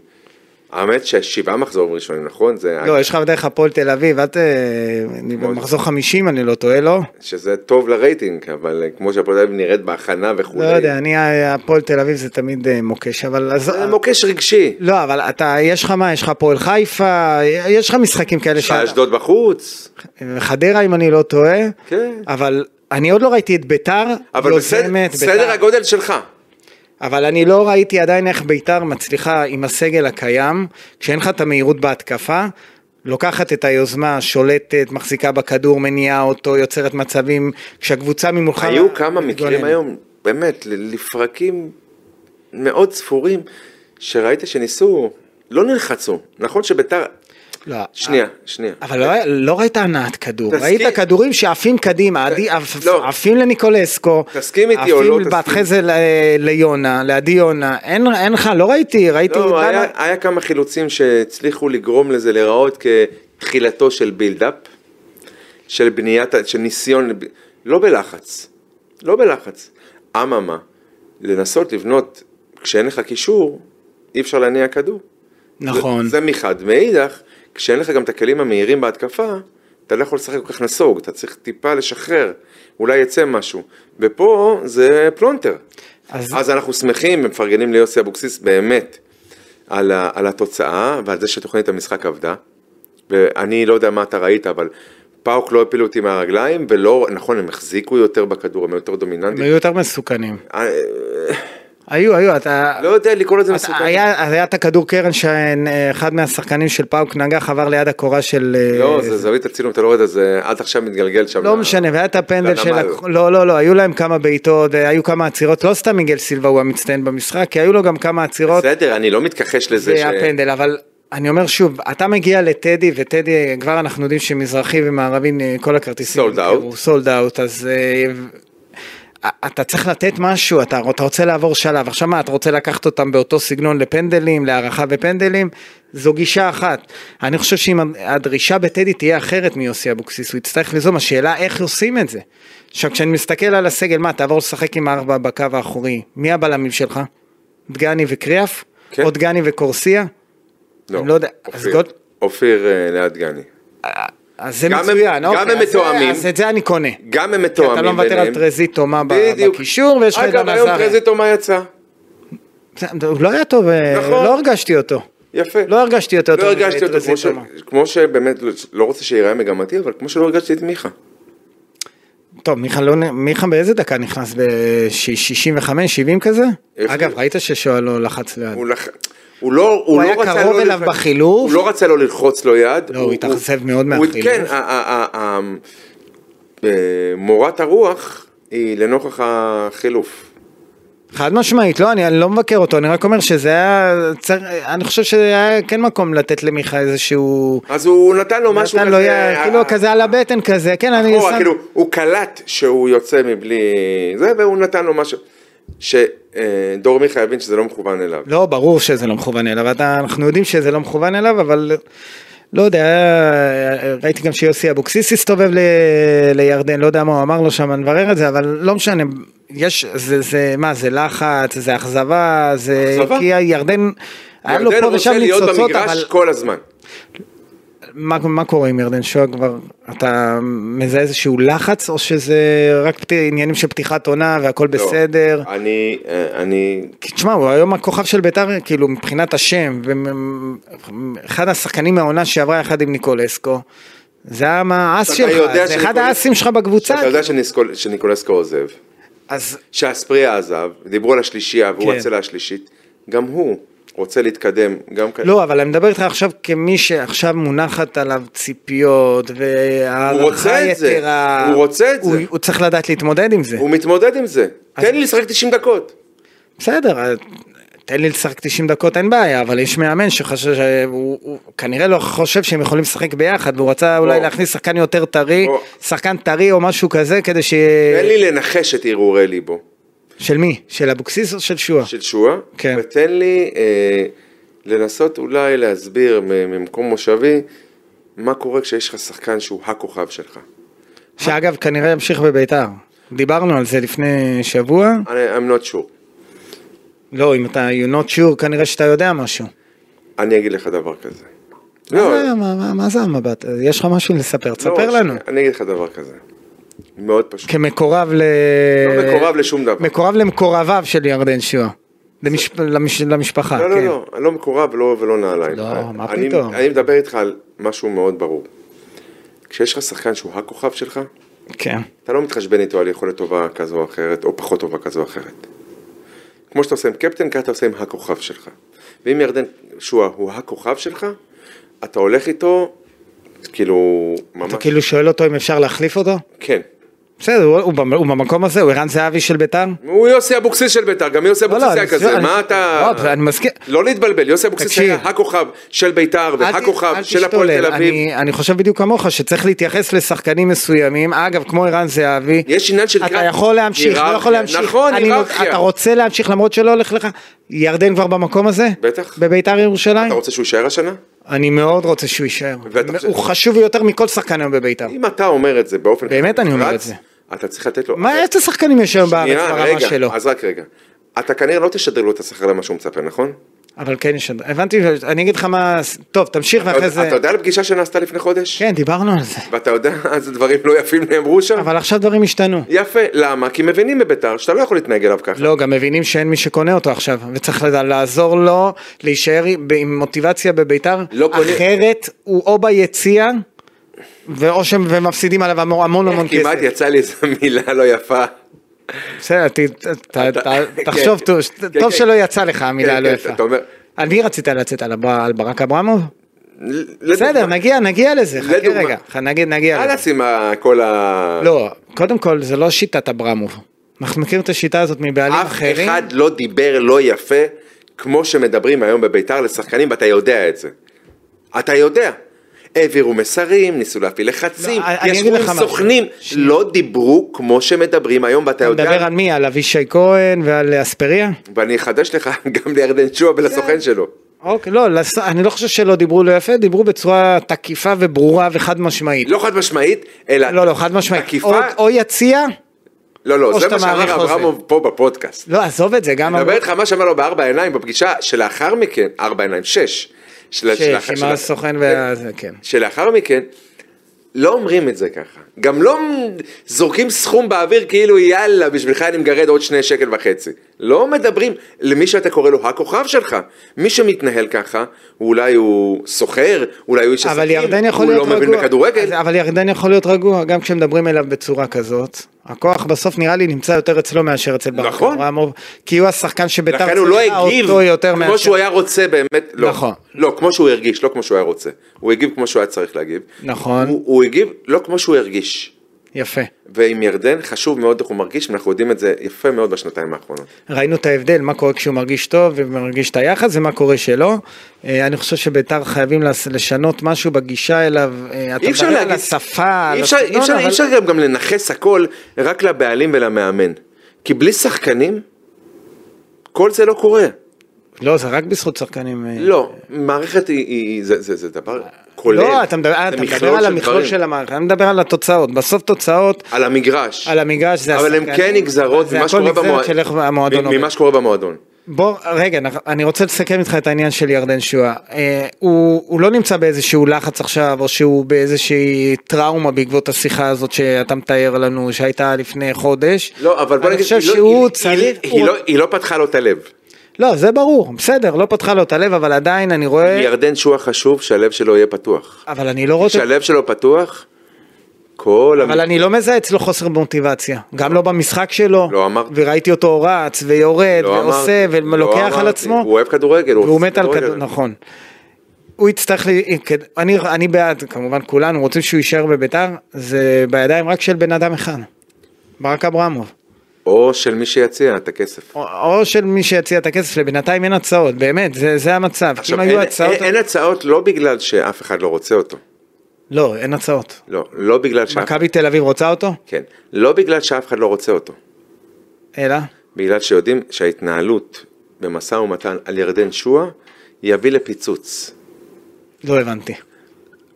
האמת ששבעה מחזורים ראשונים, נכון? זה...
לא, יש לך דרך הפועל תל אביב, אל ת... אני
מאוד.
במחזור 50 אני לא טועה, לא?
שזה טוב לרייטינג, אבל כמו שהפועל תל אביב נראית בהכנה
לא
וכולי.
יודע, אני, אה, הפועל תל אביב זה תמיד אה, מוקש, אבל... אז-
זה מוקש רגשי.
לא, אבל אתה, יש לך מה, יש לך פועל חיפה, יש לך משחקים כאלה
יש לך אשדוד בחוץ.
חדרה אם אני לא טועה,
כן.
אבל אני עוד לא ראיתי את ביתר,
אבל בסדר,
יוזמת,
סדר
ביתר.
הגודל שלך.
אבל אני לא ראיתי עדיין איך ביתר מצליחה עם הסגל הקיים, כשאין לך את המהירות בהתקפה, לוקחת את היוזמה, שולטת, מחזיקה בכדור, מניעה אותו, יוצרת מצבים, כשהקבוצה ממולך...
היו כמה מקרים
מתגוננת.
היום, באמת, ל- לפרקים מאוד ספורים, שראית שניסו, לא נלחצו. נכון שביתר...
לא,
שנייה, שנייה.
אבל לא, היה- לא ראית הנעת כדור,
תסכים-
ראית כדורים שעפים קדימה, עדי, עפ,
לא.
עפים לניקולסקו,
תסכים איתי או לא
עפים
תסכים?
אחרי זה ל, ליונה, לעדי יונה, אין אין לך, לא ראיתי, ראיתי,
לא,
למה-
היה, היה כמה חילוצים שהצליחו לגרום לזה להיראות כתחילתו של בילדאפ, של בניית, ה- של ניסיון, לב- לא בלחץ, לא בלחץ. אממה, לנסות לבנות, כשאין לך קישור, אי אפשר להניע כדור.
נכון,
זה, זה מחד. מאידך, כשאין לך גם את הכלים המהירים בהתקפה, אתה לא יכול לשחק כל כך נסוג, אתה צריך טיפה לשחרר, אולי יצא משהו. ופה זה פלונטר.
אז-
אז, אז אנחנו שמחים ומפרגנים ליוסי אבוקסיס באמת על, ה, על התוצאה ועל זה שתוכנית המשחק עבדה. ואני לא יודע מה אתה ראית, אבל פאוק לא הפילו אותי מהרגליים, ולא, נכון, הם החזיקו יותר בכדור, הם היו יותר
הם
דומיננטיים.
היו יותר מסוכנים,
אה,
היו, היו, אתה...
לא יודע לקרוא
אתה-
לזה מסוכן.
היה, היה את הכדור קרן שאחד מהשחקנים של פאוק נגח עבר ליד הקורה של... אה,
לא, זה זווית הצילום, אתה לא יודע, זה עד עכשיו מתגלגל שם.
לא משנה, והיה את הפנדל של...
לנמל.
הק- לא, לא, לא, היו להם כמה בעיטות, אה, היו כמה עצירות, לא סתם מיגל סילבה הוא המצטיין במשחק, כי היו לו גם כמה עצירות
בסדר, אני לא מתכחש לזה ש...
והפנדל, אבל אני אומר שוב, אתה מגיע לטדי, וטדי, כבר אנחנו יודעים שמזרחי ומערבי, אה, כל הכרטיסים...
Sold out.
הוא סולד אאוט, אז... אה, ו- אתה צריך לתת משהו, אתה, אתה רוצה לעבור שלב, עכשיו מה, אתה רוצה לקחת אותם באותו סגנון לפנדלים, להערכה ופנדלים? זו גישה אחת. אני חושב שאם הדרישה בטדי תהיה אחרת מיוסי אבוקסיס, הוא יצטרך ליזום, השאלה איך עושים את זה. עכשיו, כשאני מסתכל על הסגל, מה, תעבור לשחק עם ארבע בקו האחורי, מי הבלמים שלך? דגני וקריאף?
כן.
או דגני וקורסיה? אני לא יודע, אז
אופיר-
גוד-
אופיר אה, ליד גני.
אז זה
גם הם-
מצוין,
גם
אוקיי,
הם
אז זה-
מתואמים.
אז את זה אני קונה.
גם הם
כי
מתואמים
אתה לא מוותר על
ביניהם.
טרזיטו מה ב-
בדיוק.
בקישור, ויש לך את
אגב, היום
הנזרי.
טרזיטו מה יצא?
זה- הוא לא היה טוב, אה,
נכון.
לא הרגשתי אותו.
יפה.
לא הרגשתי אותו
לא
יותר מדי,
הרגשתי אותו כמו ש-
טרזיטו,
כמו שבאמת, לא- לא רוצה שיראה מגמתי, אבל כמו שלא הרגשתי את מיכה.
טוב, מיכה לא נ- מיכה באיזה דקה נכנס? ב-65-70 כזה?
איך
אגב,
זה?
ראית ששואל לא לחץ ליד.
הוא לח- הוא לא, הוא לא
היה
רצה לא
קרוב אליו
ללחוץ-
בחילוף.
הוא לא רצה לא ללחוץ לו יד.
לא, הוא התאכזב מאוד
הוא-
מהחילוף.
כן, ה- ה- ה- ה- אה, מורת הרוח היא לנוכח החילוף.
חד משמעית, לא, אני אני לא מבקר אותו, אני רק אומר שזה היה, צר- אני חושב שהיה כן מקום לתת למיכה איזשהו...
אז הוא נתן לו לא, משהו
נתן לו יד,
אה,
כאילו כזה על הבטן כזה, כן, אני
אחורה, כאילו, הוא קלט שהוא יוצא מבלי זה, והוא נתן לו משהו, שדור מיכה הבין שזה לא מכוון אליו.
לא, ברור שזה לא מכוון אליו, אתה, אנחנו יודעים שזה לא מכוון אליו, אבל לא יודע, היה- ראיתי גם שיוסי אבוקסיס הסתובב ל, לירדן, לא יודע מה הוא אמר לו שם, נברר את זה, אבל לא משנה, יש, זה, זה מה, זה לחץ, זה אכזבה, זה,
אכזבה?
כי ירדן, היה לו
ירדן
פה ושם
רוצה להיות
ניצוצות,
במגרש
אבל
כל הזמן. לא.
מה, מה קורה עם ירדן שואה כבר, אתה מזהה איזשהו לחץ, או שזה רק פת... עניינים של פתיחת עונה והכל
לא.
בסדר?
אני, אה, אני,
כי תשמע, הוא היום הכוכב של ביתר, כאילו, מבחינת השם, ואחד השחקנים מהעונה שעברה יחד עם ניקולסקו, זה היה מה האס
אתה
שלך,
יודע
זה
שניקולס-
אחד האסים שלך בקבוצה,
שאתה יודע שניסקול- שניקולסקו עוזב,
אז
שאספריה עזב, דיברו על השלישייה והוא
כן.
הצלע השלישית, גם הוא רוצה להתקדם, גם כאן.
לא, אבל אני מדבר איתך עכשיו כמי שעכשיו מונחת עליו ציפיות, והערכה
רוצה את זה.
יתרה,
הוא רוצה את זה.
הוא- הוא צריך לדעת להתמודד עם זה,
הוא מתמודד עם זה,
אז-
תן לי לשחק 90 דקות.
בסדר, אז תן לי לשחק 90 דקות, אין בעיה, אבל יש מאמן שחושב, שהוא הוא כנראה לא חושב שהם יכולים לשחק ביחד, והוא רצה אולי
בוא.
להכניס שחקן יותר טרי,
בוא.
שחקן טרי או משהו כזה, כדי ש...
תן לי לנחש את הרהורי ליבו.
של מי? של אבוקסיס או של שועה?
של שועה,
כן.
ותן לי אה, לנסות אולי להסביר מ- ממקום מושבי, מה קורה כשיש לך שחקן שהוא הכוכב שלך.
שאגב, כנראה ימשיך בביתר. דיברנו על זה לפני שבוע.
אני, I'm not sure.
לא, אם אתה you not sure, כנראה שאתה יודע משהו.
אני אגיד לך דבר כזה. לא.
מה זה- מה- מה- מה זה המבט? הזה? יש לך משהו לספר, תספר
שנייה,
לנו. כן,
אני אגיד לך דבר כזה. מאוד פשוט.
כמקורב ל...
לא מקורב לשום דבר.
מקורב למקורביו של ירדן שואה. למש- למש- למשפחה,
לא, לא,
כן.
לא, אני לא מקורב ולא, ולא נעליים.
לא, מה
אני,
פתאום.
אני מדבר איתך על משהו מאוד ברור. כשיש לך שחקן שהוא הכוכב שלך,
כן.
אתה לא מתחשבן איתו על יכולת טובה כזו או אחרת, או פחות טובה כזו או אחרת. כמו שאתה עושה עם קפטן, ככה אתה עושה עם הכוכב שלך. ואם ירדן שואה הוא הכוכב שלך, אתה הולך איתו, כאילו, ממש,
אתה כאילו שואל אותו אם אפשר להחליף אותו?
כן.
בסדר, הוא- הוא במ- הוא במקום הזה, הוא ערן זהבי של ביתר?
הוא יוסי אבוקסיס של בית"ר, גם יוסי
לא,
אבוקסיס היה
אני-
לא, כזה,
אני-
מה אתה...
לא, אבל אני מסכים.
לא להתבלבל, יוסי אבוקסיס
תקשיב.
היה הכוכב של בית"ר
אל ת-
והכוכב
אל
של הפועל
תשתולל.
תל אביב.
אני- אני חושב בדיוק כמוך, שצריך להתייחס לשחקנים מסוימים, אגב, כמו ערן זהבי.
יש עניין של...
אתה יכול להמשיך, לא יכול
היררכיה.
להמשיך.
נכון,
אני-
היררכיה.
אתה רוצה להמשיך למרות שלא הולך לך? ירדן כבר במקום הזה?
בטח.
בביתר ירושלים?
אתה רוצה שהוא יישאר השנה?
אני מאוד רוצה שהוא יישאר.
ואתה חושב-
הוא חשוב יותר מכל שחקן היום בביתר.
אם אתה אומר את זה באופן...
באמת אני אומר
נחרץ,
את זה.
אתה צריך לתת לו...
מה, איזה שחקנים יש היום בארץ
אה, שנייה,
ברמה
רגע,
שלו?
אז רק רגע. אתה כנראה לא תשדר לו את השכר למה שהוא מצפה, נכון?
אבל כן יש... הבנתי, אני אגיד לך מה... טוב, תמשיך
אתה
ואחרי זה...
אתה יודע על פגישה שנעשתה לפני חודש?
כן, דיברנו על זה.
ואתה יודע (laughs) איזה דברים לא יפים נאמרו שם?
אבל עכשיו דברים השתנו.
יפה, למה? כי מבינים בבית"ר שאתה לא יכול להתנהג אליו ככה.
לא, גם מבינים שאין מי שקונה אותו עכשיו, וצריך לדע- לעזור לו להישאר ב- עם מוטיבציה בביתר,
לא קונה.
אחרת הוא או ביציע, ואו שהם ומפסידים עליו המון המון המון
כן, כמעט
לא, כסף.
יצא לי איזו מילה לא יפה.
בסדר, ת- ת- ת-
כן,
תחשוב,
כן,
טוב-
כן,
טוב
כן.
שלא יצא לך המילה
כן,
הלא
כן,
לא יפה.
אתה אומר-
על מי רצית לצאת? על הב- על ברק אברמוב?
לדוגמה.
בסדר, נגיע, נגיע לזה, חכה
לדוגמה.
רגע, ח- נגיד, נגיע לזה.
חלאס עם ה- אה, כל ה...
לא, קודם כל זה לא שיטת אברמוב. אנחנו מכירים את השיטה הזאת מבעלים
אף
אחרים.
אחד לא דיבר לא יפה כמו שמדברים היום בביתר לשחקנים, ואתה יודע את זה. אתה יודע. העבירו מסרים, ניסו להפעיל לחצים,
לא, אני- אני
ישבו
אגיד לך
עם
משהו.
סוכנים,
ש-
לא דיברו כמו שמדברים היום, ואתה
אתה מדבר
לא יודע,
על מי? על אבישי כהן ועל אספריה?
ואני אחדש לך (laughs) גם לירדן שועה ולסוכן שלו.
אוקיי, לא, לס- אני לא חושב שלא דיברו לא יפה, דיברו בצורה תקיפה וברורה וחד משמעית.
לא חד משמעית, אלא...
לא, לא, חד משמעית.
עקיפה,
או- או יציע,
לא,
או
לא, זה
שאתה
מה
מעריך
שאמר
חוזה.
אברמוב פה בפודקאסט.
לא, עזוב את זה, גם...
אני מדבר
אמרו-
איתך מה שאמר לו בארבע עיניים בפגישה שלאחר מכן, ארבע עיניים, שש. של-
שש,
שלאחר-
עם
של-
הסוכן וה... זה, כן.
שלאחר מכן, לא אומרים את זה ככה. גם לא זורקים סכום באוויר כאילו יאללה, בשבילך אני מגרד עוד שני שקל וחצי. לא מדברים למי שאתה קורא לו הכוכב שלך. מי שמתנהל ככה, אולי הוא סוחר, אולי הוא איש עסקים,
אבל ירדן יכול
הוא
להיות
לא
רגוע.
מבין בכדורגל.
אז- אבל ירדן יכול להיות רגוע, גם כשמדברים אליו בצורה כזאת. הכוח בסוף נראה לי נמצא יותר אצלו מאשר אצל ברק
נכון.
אברמוב, כי הוא השחקן שביתר
לכן הוא לא
צריכה
הגיב
אותו יותר
כמו
מאשר...
שהוא היה רוצה באמת, לא,
נכון.
לא, כמו שהוא הרגיש, לא כמו שהוא היה רוצה, הוא הגיב כמו שהוא היה צריך להגיב,
נכון.
הוא, הוא הגיב לא כמו שהוא הרגיש,
יפה.
ועם ירדן חשוב מאוד איך הוא מרגיש, ואנחנו יודעים את זה יפה מאוד בשנתיים האחרונות.
ראינו את ההבדל, מה קורה כשהוא מרגיש טוב ומרגיש את היחס ומה קורה שלא. אה, אני חושב שביתר חייבים לס- לשנות משהו בגישה אליו. אה, אתה
אי אפשר
מדבר על
להגיד,
השפה, על
אי אפשר, אי
הסגנון,
אפשר,
אבל-
אי אפשר גם, גם לנכס הכל רק לבעלים ולמאמן, כי בלי שחקנים, כל זה לא קורה,
לא, זה רק בזכות שחקנים. אה.
לא, מערכת היא, היא, היא זה, זה, זה דבר כולל,
לא, אתה מדבר, אתה
זה
מדבר
מכלול
על
של
המכלול
דברים.
של המערכת, אני מדבר על התוצאות. בסוף תוצאות
על המגרש.
על המגרש זה
אבל
השחקנים.
הן כן נגזרות
זה
ממה
הכל
שקורה
נגזרת
במועדון.
של איך המועדון עובד.
ממה שקורה במועדון.
בוא, רגע, נח- אני רוצה לסכם איתך את העניין של ירדן שואה. אה, הוא, הוא לא נמצא באיזשהו לחץ עכשיו, או שהוא באיזושהי טראומה בעקבות השיחה הזאת שאתה מתאר לנו, שהייתה לפני חודש.
לא, אבל בוא
אני
נגיד,
חושב
היא לא-
שהוא
היא-
צריך...
היא-
הוא-
היא לא- היא לא פתחה לו את הלב.
לא, זה ברור, בסדר, לא פתחה לו את הלב, אבל עדיין אני רואה...
ירדן שועה חשוב שהלב שלו יהיה פתוח.
אבל אני לא רואה... אותו-
כשהלב שלו פתוח, כל... המ-
אבל אני לא מזהה אצלו חוסר מוטיבציה, גם לא במשחק שלו,
לא אמרתי.
וראיתי אותו רץ ויורד
לא
ועושה
אמרתי, לא
ולוקח
אמרתי.
על עצמו,
הוא אוהב כדורגל. הוא
והוא
אוהב
מת על
כדורגל.
כדור, נכון. הוא יצטרך, ל... אה, אני, אני בעד, כמובן כולנו רוצים שהוא יישאר בביתר, זה בידיים רק של בן אדם אחד, ברק אברמוב,
או של מי שיציע את הכסף.
או, או של מי שיציע את הכסף, לבינתיים אין הצעות, באמת, זה, זה המצב,
עכשיו,
אם היו
אין-
הצעות,
אין- אין הצעות לא בגלל שאף אחד לא רוצה אותו.
לא, אין הצעות.
לא, לא בגלל שאף...
מכבי תל אביב רוצה אותו?
כן. לא בגלל שאף אחד לא רוצה אותו.
אלא?
בגלל שיודעים שההתנהלות במשא ומתן על ירדן שועה יביא לפיצוץ.
לא הבנתי.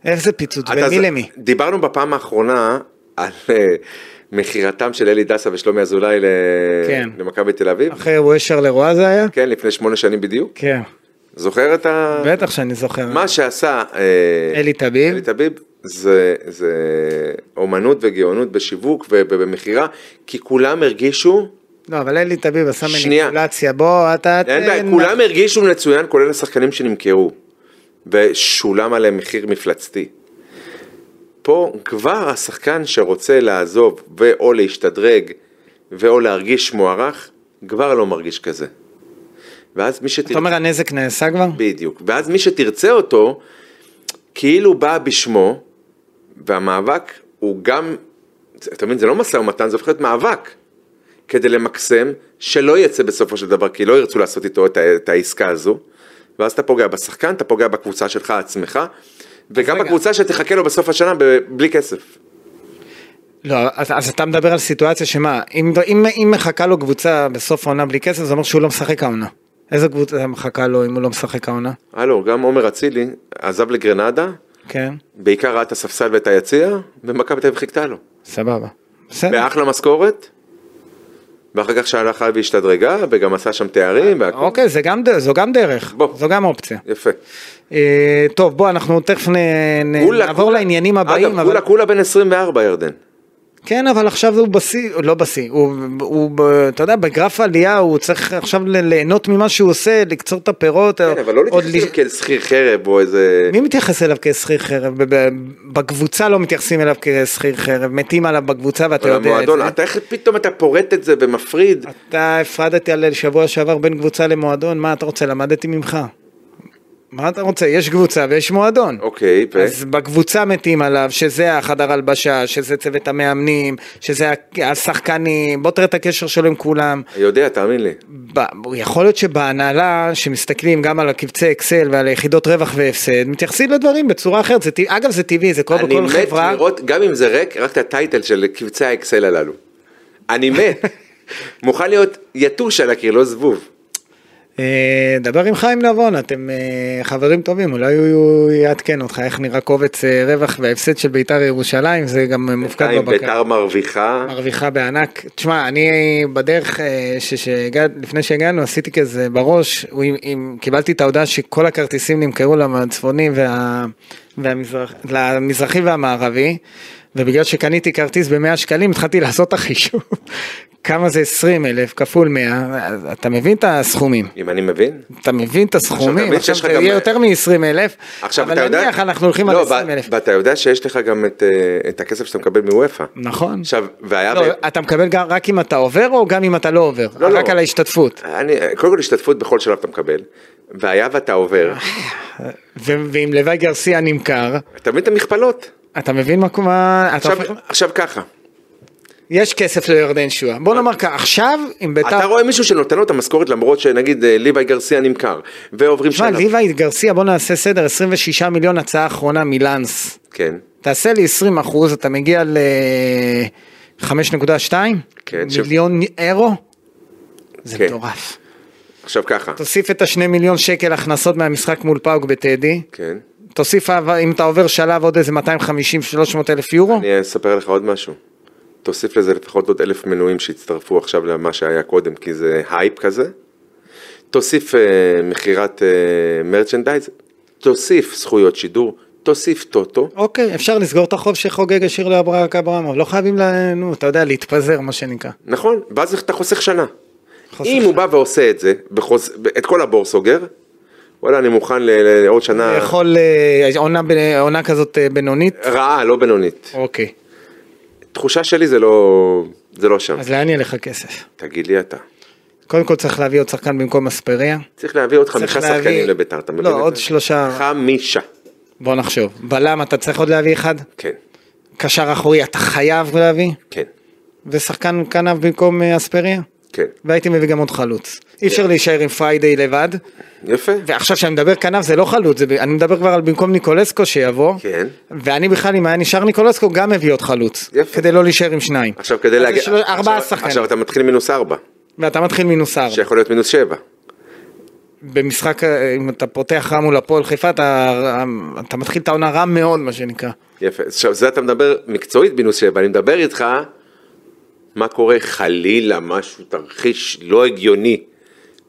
איזה פיצוץ,
אתה
בין מי
זה-
למי?
דיברנו בפעם האחרונה על אה, מכירתם של אלי דסה ושלומי אזולאי ל-
כן.
למכבי תל אביב.
אחרי ושר לרואה זה היה?
כן, לפני שמונה שנים בדיוק.
כן.
זוכר את ה...
בטח שאני זוכר.
מה שעשה אה,
אלי טביב.
אלי טביב זה, זה אומנות וגאונות בשיווק ובמכירה, כי כולם הרגישו,
לא, אבל אלי טביב עשה
שנייה.
מניפולציה, בוא, אתה...
אין בעיה,
תן-
כולם הרגישו מצוין, כולל השחקנים שנמכרו, ושולם עליהם מחיר מפלצתי. פה כבר השחקן שרוצה לעזוב ואו להשתדרג ואו להרגיש מוערך, כבר לא מרגיש כזה. ואז מי שתרצה...
אתה אומר הנזק נעשה כבר?
בדיוק. ואז מי שתרצה אותו, כאילו בא בשמו, והמאבק הוא גם, זה- אתה מבין, זה לא משא ומתן, זה הופך להיות מאבק. כדי למקסם, שלא יצא בסופו של דבר, כי לא ירצו לעשות איתו את, ה- את העסקה הזו. ואז אתה פוגע בשחקן, אתה פוגע בקבוצה שלך עצמך, וגם
רגע.
בקבוצה שתחכה לו בסוף השנה ב- בלי כסף.
לא, אז, אז אתה מדבר על סיטואציה שמה, אם, אם, אם מחכה לו קבוצה בסוף העונה בלי כסף, זה אומר שהוא לא משחק העונה. איזה קבוצה מחכה לו אם הוא לא משחק העונה?
הלו, גם עומר אצילי עזב לגרנדה,
כן,
בעיקר ראה את הספסל ואת היציע, ומכבי תל אביב חיכתה לו.
סבבה. בסדר.
באחלה משכורת. ואחר כך שהלך הלאה והשתדרגה, וגם עשה שם תארים, והכל.
אוקיי, זה גם, ד- זו גם דרך,
בוא.
זו גם אופציה.
יפה.
אה, טוב, בוא, אנחנו תכף נ, נ,
כולה-
נעבור
כולה-
לעניינים הבאים.
אגב, כולה כולה בן 24 ירדן.
כן, אבל עכשיו הוא בשיא, לא בשיא, הוא, הוא, ב- אתה יודע, בגרף עלייה הוא צריך עכשיו ל- ליהנות ממה שהוא עושה, לקצור את הפירות.
כן, אבל לא
עוד
להתייחס אליו
ל-
כאל שכיר חרב או איזה...
מי מתייחס אליו כשכיר חרב? ב- ב- בקבוצה לא מתייחסים אליו כשכיר חרב, מתים עליו בקבוצה ואתה יודע את
במועדון.
זה.
אתה איך פתאום אתה פורט את זה ומפריד?
אתה הפרדתי על שבוע שעבר בין קבוצה למועדון, מה אתה רוצה? למדתי ממך. מה אתה רוצה? יש קבוצה ויש מועדון.
אוקיי, ו...
אז בקבוצה מתים עליו, שזה החדר הלבשה, שזה צוות המאמנים, שזה השחקנים, בוא תראה את הקשר שלו עם כולם.
יודע, תאמין לי.
ב- יכול להיות שבהנהלה, שמסתכלים גם על הקבצי אקסל ועל היחידות רווח והפסד, מתייחסים לדברים בצורה אחרת. זה, טבע- אגב, זה טבעי, זה קורה
אני
בכל
מת
חברה.
לראות, גם אם זה ריק, רק את הטייטל של קבצי האקסל הללו. אני
(laughs)
מת. מוכן להיות יתוש על הקיר, לא זבוב.
אה, דבר עם חיים נבון, אתם אה, חברים טובים, אולי הוא- הוא יעדכן אותך איך נראה קובץ אה, רווח והפסד של בית"ר ירושלים, זה גם אה, מופקד
בינתיים
בבקר.
בית"ר מרוויחה.
מרוויחה בענק. תשמע, אני בדרך, אה, ש- שהגע- לפני שהגענו, עשיתי כזה בראש, הוא- אם- אם- קיבלתי את ההודעה שכל הכרטיסים נמכרו לצפוני וה- והמזרח- למזרחי והמערבי, ובגלל שקניתי כרטיס ב-100 שקלים, התחלתי לעשות את החישוב. (laughs) כמה זה 20 אלף כפול 100, אז אתה מבין את הסכומים.
אם אני מבין.
אתה מבין את הסכומים,
תמיד
עכשיו
שיש לך
זה יהיה
גם-
יותר מ-20 אלף,
עכשיו
אבל
אתה יודע,
נניח אנחנו הולכים על
לא,
20
ו-
אלף.
ואתה יודע שיש לך גם את, אה, את הכסף שאתה מקבל מוופא.
נכון.
עכשיו, והיה,
לא,
ב-
אתה מקבל גם רק אם אתה עובר או גם אם אתה לא עובר?
לא, לא.
רק על ההשתתפות.
אני, קודם כל השתתפות בכל שלב אתה מקבל, והיה ואתה עובר,
אה. ו- ואם לוואי גרסיה נמכר,
אתה מבין את המכפלות.
אתה מבין מה- מה... אתה
עכשיו,
הופך-
עכשיו ככה,
יש כסף לירדן שואה. בוא נאמר ככה, עכשיו אם ביתר...
אתה רואה מישהו שנותן לו את המשכורת למרות שנגיד אה, ליוואי גרסיה נמכר, ועוברים
תשמע,
שלב.
ליוואי גרסיה, בוא נעשה סדר, 26 מיליון הצעה אחרונה מלאנס.
כן,
תעשה לי 20 אחוז, אתה מגיע ל... 5.2
כן, ש-
מיליון אירו? זה
כן.
מטורף.
עכשיו ככה,
תוסיף את השני מיליון שקל הכנסות מהמשחק מול פאוק בטדי,
כן,
תוסיף אבל אם אתה עובר שלב עוד איזה 250-300 אלף יורו,
אני אספר לך עוד משהו. תוסיף לזה לפחות עוד אלף מנויים שהצטרפו עכשיו למה שהיה קודם, כי זה הייפ כזה. תוסיף אה, מכירת אה, מרצ'נדייז, תוסיף זכויות שידור, תוסיף טוטו.
אוקיי, אפשר לסגור את החוב שחוגג השאיר לאברהם אברמוב, לא חייבים, ל- נו, אתה יודע, להתפזר מה שנקרא.
נכון, ואז אתה חוסך שנה.
חוסך
אם הוא בא ועושה את זה, בחוז... את כל הבור סוגר, וואלה אני מוכן ל- לעוד שנה
אתה יכול אה, עונה ב- עונה כזאת אה, בינונית?
רעה, לא בינונית.
אוקיי,
תחושה שלי זה לא, זה לא שם.
אז לאן ילך הכסף?
תגיד לי אתה.
קודם כל צריך להביא עוד שחקן במקום אספריה.
צריך להביא עוד חמישה
צריך להביא-
שחקנים לביתר, אתה מבין
לא,
את זה?
עוד שלושה.
חמישה,
בוא נחשוב. בלם אתה צריך עוד להביא אחד?
כן,
קשר אחורי אתה חייב להביא?
כן,
ושחקן כנף במקום אה, אספריה?
כן.
והייתי מביא גם עוד חלוץ. אי אפשר להישאר עם פריידי לבד.
יפה.
ועכשיו כשאני מדבר כנף זה לא חלוץ, זה, ב- אני מדבר כבר על במקום ניקולסקו שיבוא.
כן.
ואני בכלל אם היה נשאר ניקולסקו גם מביא עוד חלוץ.
יפה.
כדי לא להישאר עם שניים.
עכשיו כדי
אז
להגיע...
יש לו ארבעה
עכשיו-
שחקנים.
עכשיו אתה מתחיל מינוס ארבע,
ואתה מתחיל מינוס ארבע.
שיכול להיות מינוס שבע.
במשחק, אה, אם אתה פותח רע מול הפועל חיפה, אתה, אתה מתחיל את העונה רע מאוד מה שנקרא.
יפה. עכשיו זה אתה מדבר מקצועית מינוס שבע, אני מדבר איתך מה קורה חלילה, משהו, תרחיש לא הגיוני,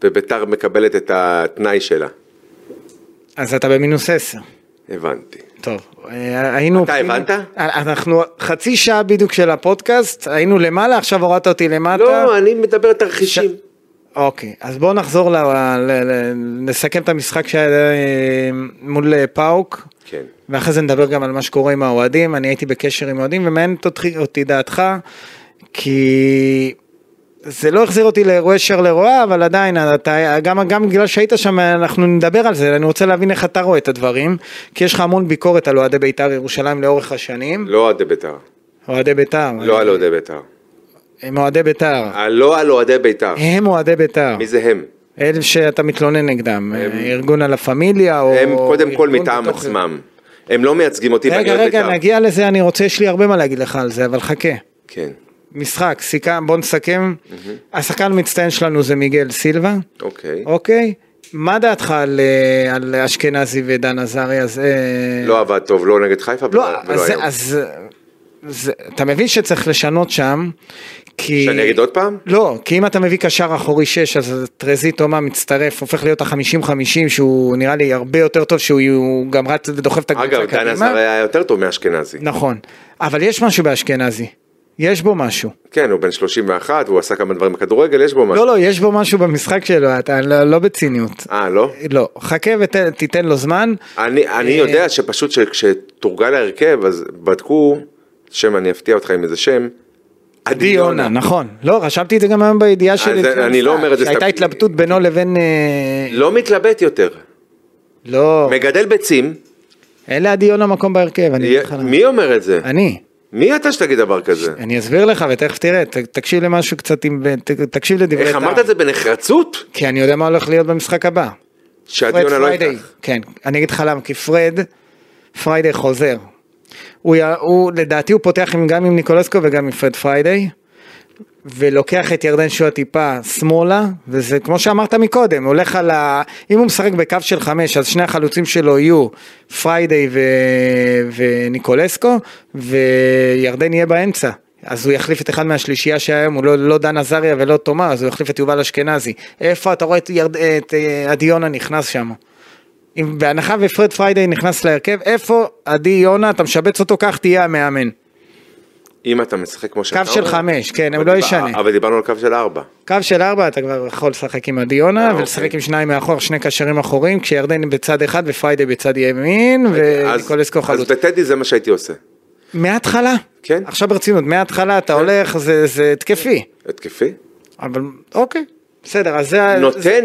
וביתר מקבלת את התנאי שלה.
אז אתה במינוס 10.
הבנתי.
טוב, אה, היינו...
אתה הבנת?
אנחנו חצי שעה בדיוק של הפודקאסט, היינו למעלה, עכשיו הורדת אותי למטה.
לא, אני מדבר תרחישים.
אוקיי, אז בואו נחזור, ל... ל... ל... נסכם את המשחק שהיה אה, מול אה, פאוק,
כן.
ואחרי זה נדבר גם על מה שקורה עם האוהדים, אני הייתי בקשר עם האוהדים, ומעניינת אותי, אותי דעתך, כי זה לא החזיר אותי לאירועי שרלרואה, אבל עדיין, אתה, גם, גם בגלל שהיית שם, אנחנו נדבר על זה, אני רוצה להבין איך אתה רואה את הדברים, כי יש לך המון ביקורת על אוהדי בית"ר ירושלים לאורך השנים,
לא אוהדי בית"ר.
אוהדי בית"ר,
לא על אוהדי בית"ר.
הם אוהדי בית"ר,
אה, לא על אוהדי בית"ר.
הם אוהדי בית"ר.
מי זה הם?
אלה שאתה מתלונן נגדם, ארגון הלה פמיליה או...
הם קודם כל
ארגון
מטעם
בתוך-
עצמם. הם לא מייצגים אותי
רגע,
בעניין
רגע,
בית"ר.
נגיע לזה, אני רוצה, יש לי הרבה מה להגיד לך על זה, אבל חכה.
כן,
משחק, סיכם, בוא נסכם. השחקן המצטיין שלנו זה מיגל סילבה,
אוקיי.
אוקיי? מה דעתך על, אה, על אשכנזי ודן עזריה? זה-
לא עבד טוב, לא נגד חיפה
לא,
ולא
אז,
ולא היום.
אז, אז אתה מבין שצריך לשנות שם, כי...
שאני אגיד עוד פעם?
לא, כי אם אתה מביא קשר אחורי 6, אז טרזי תומה מצטרף, הופך להיות ה-50-50, שהוא נראה לי הרבה יותר טוב, שהוא הוא גם רץ ודוחף את הקבוצה קדימה.
אגב, דן עזר היה יותר טוב מאשכנזי.
נכון, אבל יש משהו באשכנזי, יש בו משהו.
כן, הוא בן 31, והוא עשה כמה דברים בכדורגל, יש בו משהו.
לא, לא, יש בו משהו במשחק שלו, אתה לא, לא בציניות.
אה, לא?
לא, חכה ותיתן לו זמן. אה,
אני, אני יודע שפשוט שכשתורגל ההרכב, אז בדקו, שם אני אפתיע אותך עם איזה שם,
עדי יונה, נכון. לא, רשמתי את זה גם היום בידיעה שלי.
זה-
לפני
אני לא
המשחק,
אומר את זה
שהייתה
סתם.
התלבטות בינו לבין... אה,
לא מתלבט יותר.
לא,
מגדל ביצים,
אין לעדי יונה מקום בהרכב, אני אגיד לך למה.
מי אומר את זה?
אני.
מי אתה שתגיד דבר כזה?
אני אסביר לך ותכף תראה, ת- תקשיב למשהו קצת, עם- ת- תקשיב לדברי
איך אמרת את זה בנחרצות?
כי אני יודע מה הולך להיות במשחק הבא.
שעדי
פרד
יונה לא
פריידי,
איתך.
כן, אני אגיד לך למה, כי פרד, פריידי חוזר. הוא, י- הוא, לדעתי הוא פותח עם, גם עם ניקולסקו וגם עם פרד פריידי, ולוקח את ירדן שועה טיפה שמאלה, וזה כמו שאמרת מקודם, הולך על ה... אם הוא משחק בקו של חמש, אז שני החלוצים שלו יהיו פריידי ו... וניקולסקו, וירדן יהיה באמצע. אז הוא יחליף את אחד מהשלישייה שהיה היום, הוא לא, לא דן עזריה ולא תומר, אז הוא יחליף את יובל אשכנזי. איפה אתה רואה את, ירד... את אה, עדי יונה נכנס שם? אם בהנחה ופרד פריידי נכנס להרכב, איפה עדי יונה, אתה משבץ אותו, כך תהיה המאמן.
אם אתה משחק כמו שאתה
קו של
אומר.
חמש, כן, הם
אבל
לא
דיבר-
ישנה.
אבל דיברנו על קו של ארבע.
קו של ארבע אתה כבר יכול לשחק עם עדי יונה
אוקיי.
ולשחק עם שניים מאחור, שני קשרים אחורים, כשירדן בצד אחד ופריידי בצד ימין
אוקיי, אז-
וניקולסקו חלוץ.
אז בטדי זה מה שהייתי עושה.
מההתחלה,
כן.
עכשיו ברצינות, מההתחלה אתה הולך, זה זה התקפי,
התקפי.
אבל אוקיי, בסדר, אז זה... ה-
נותן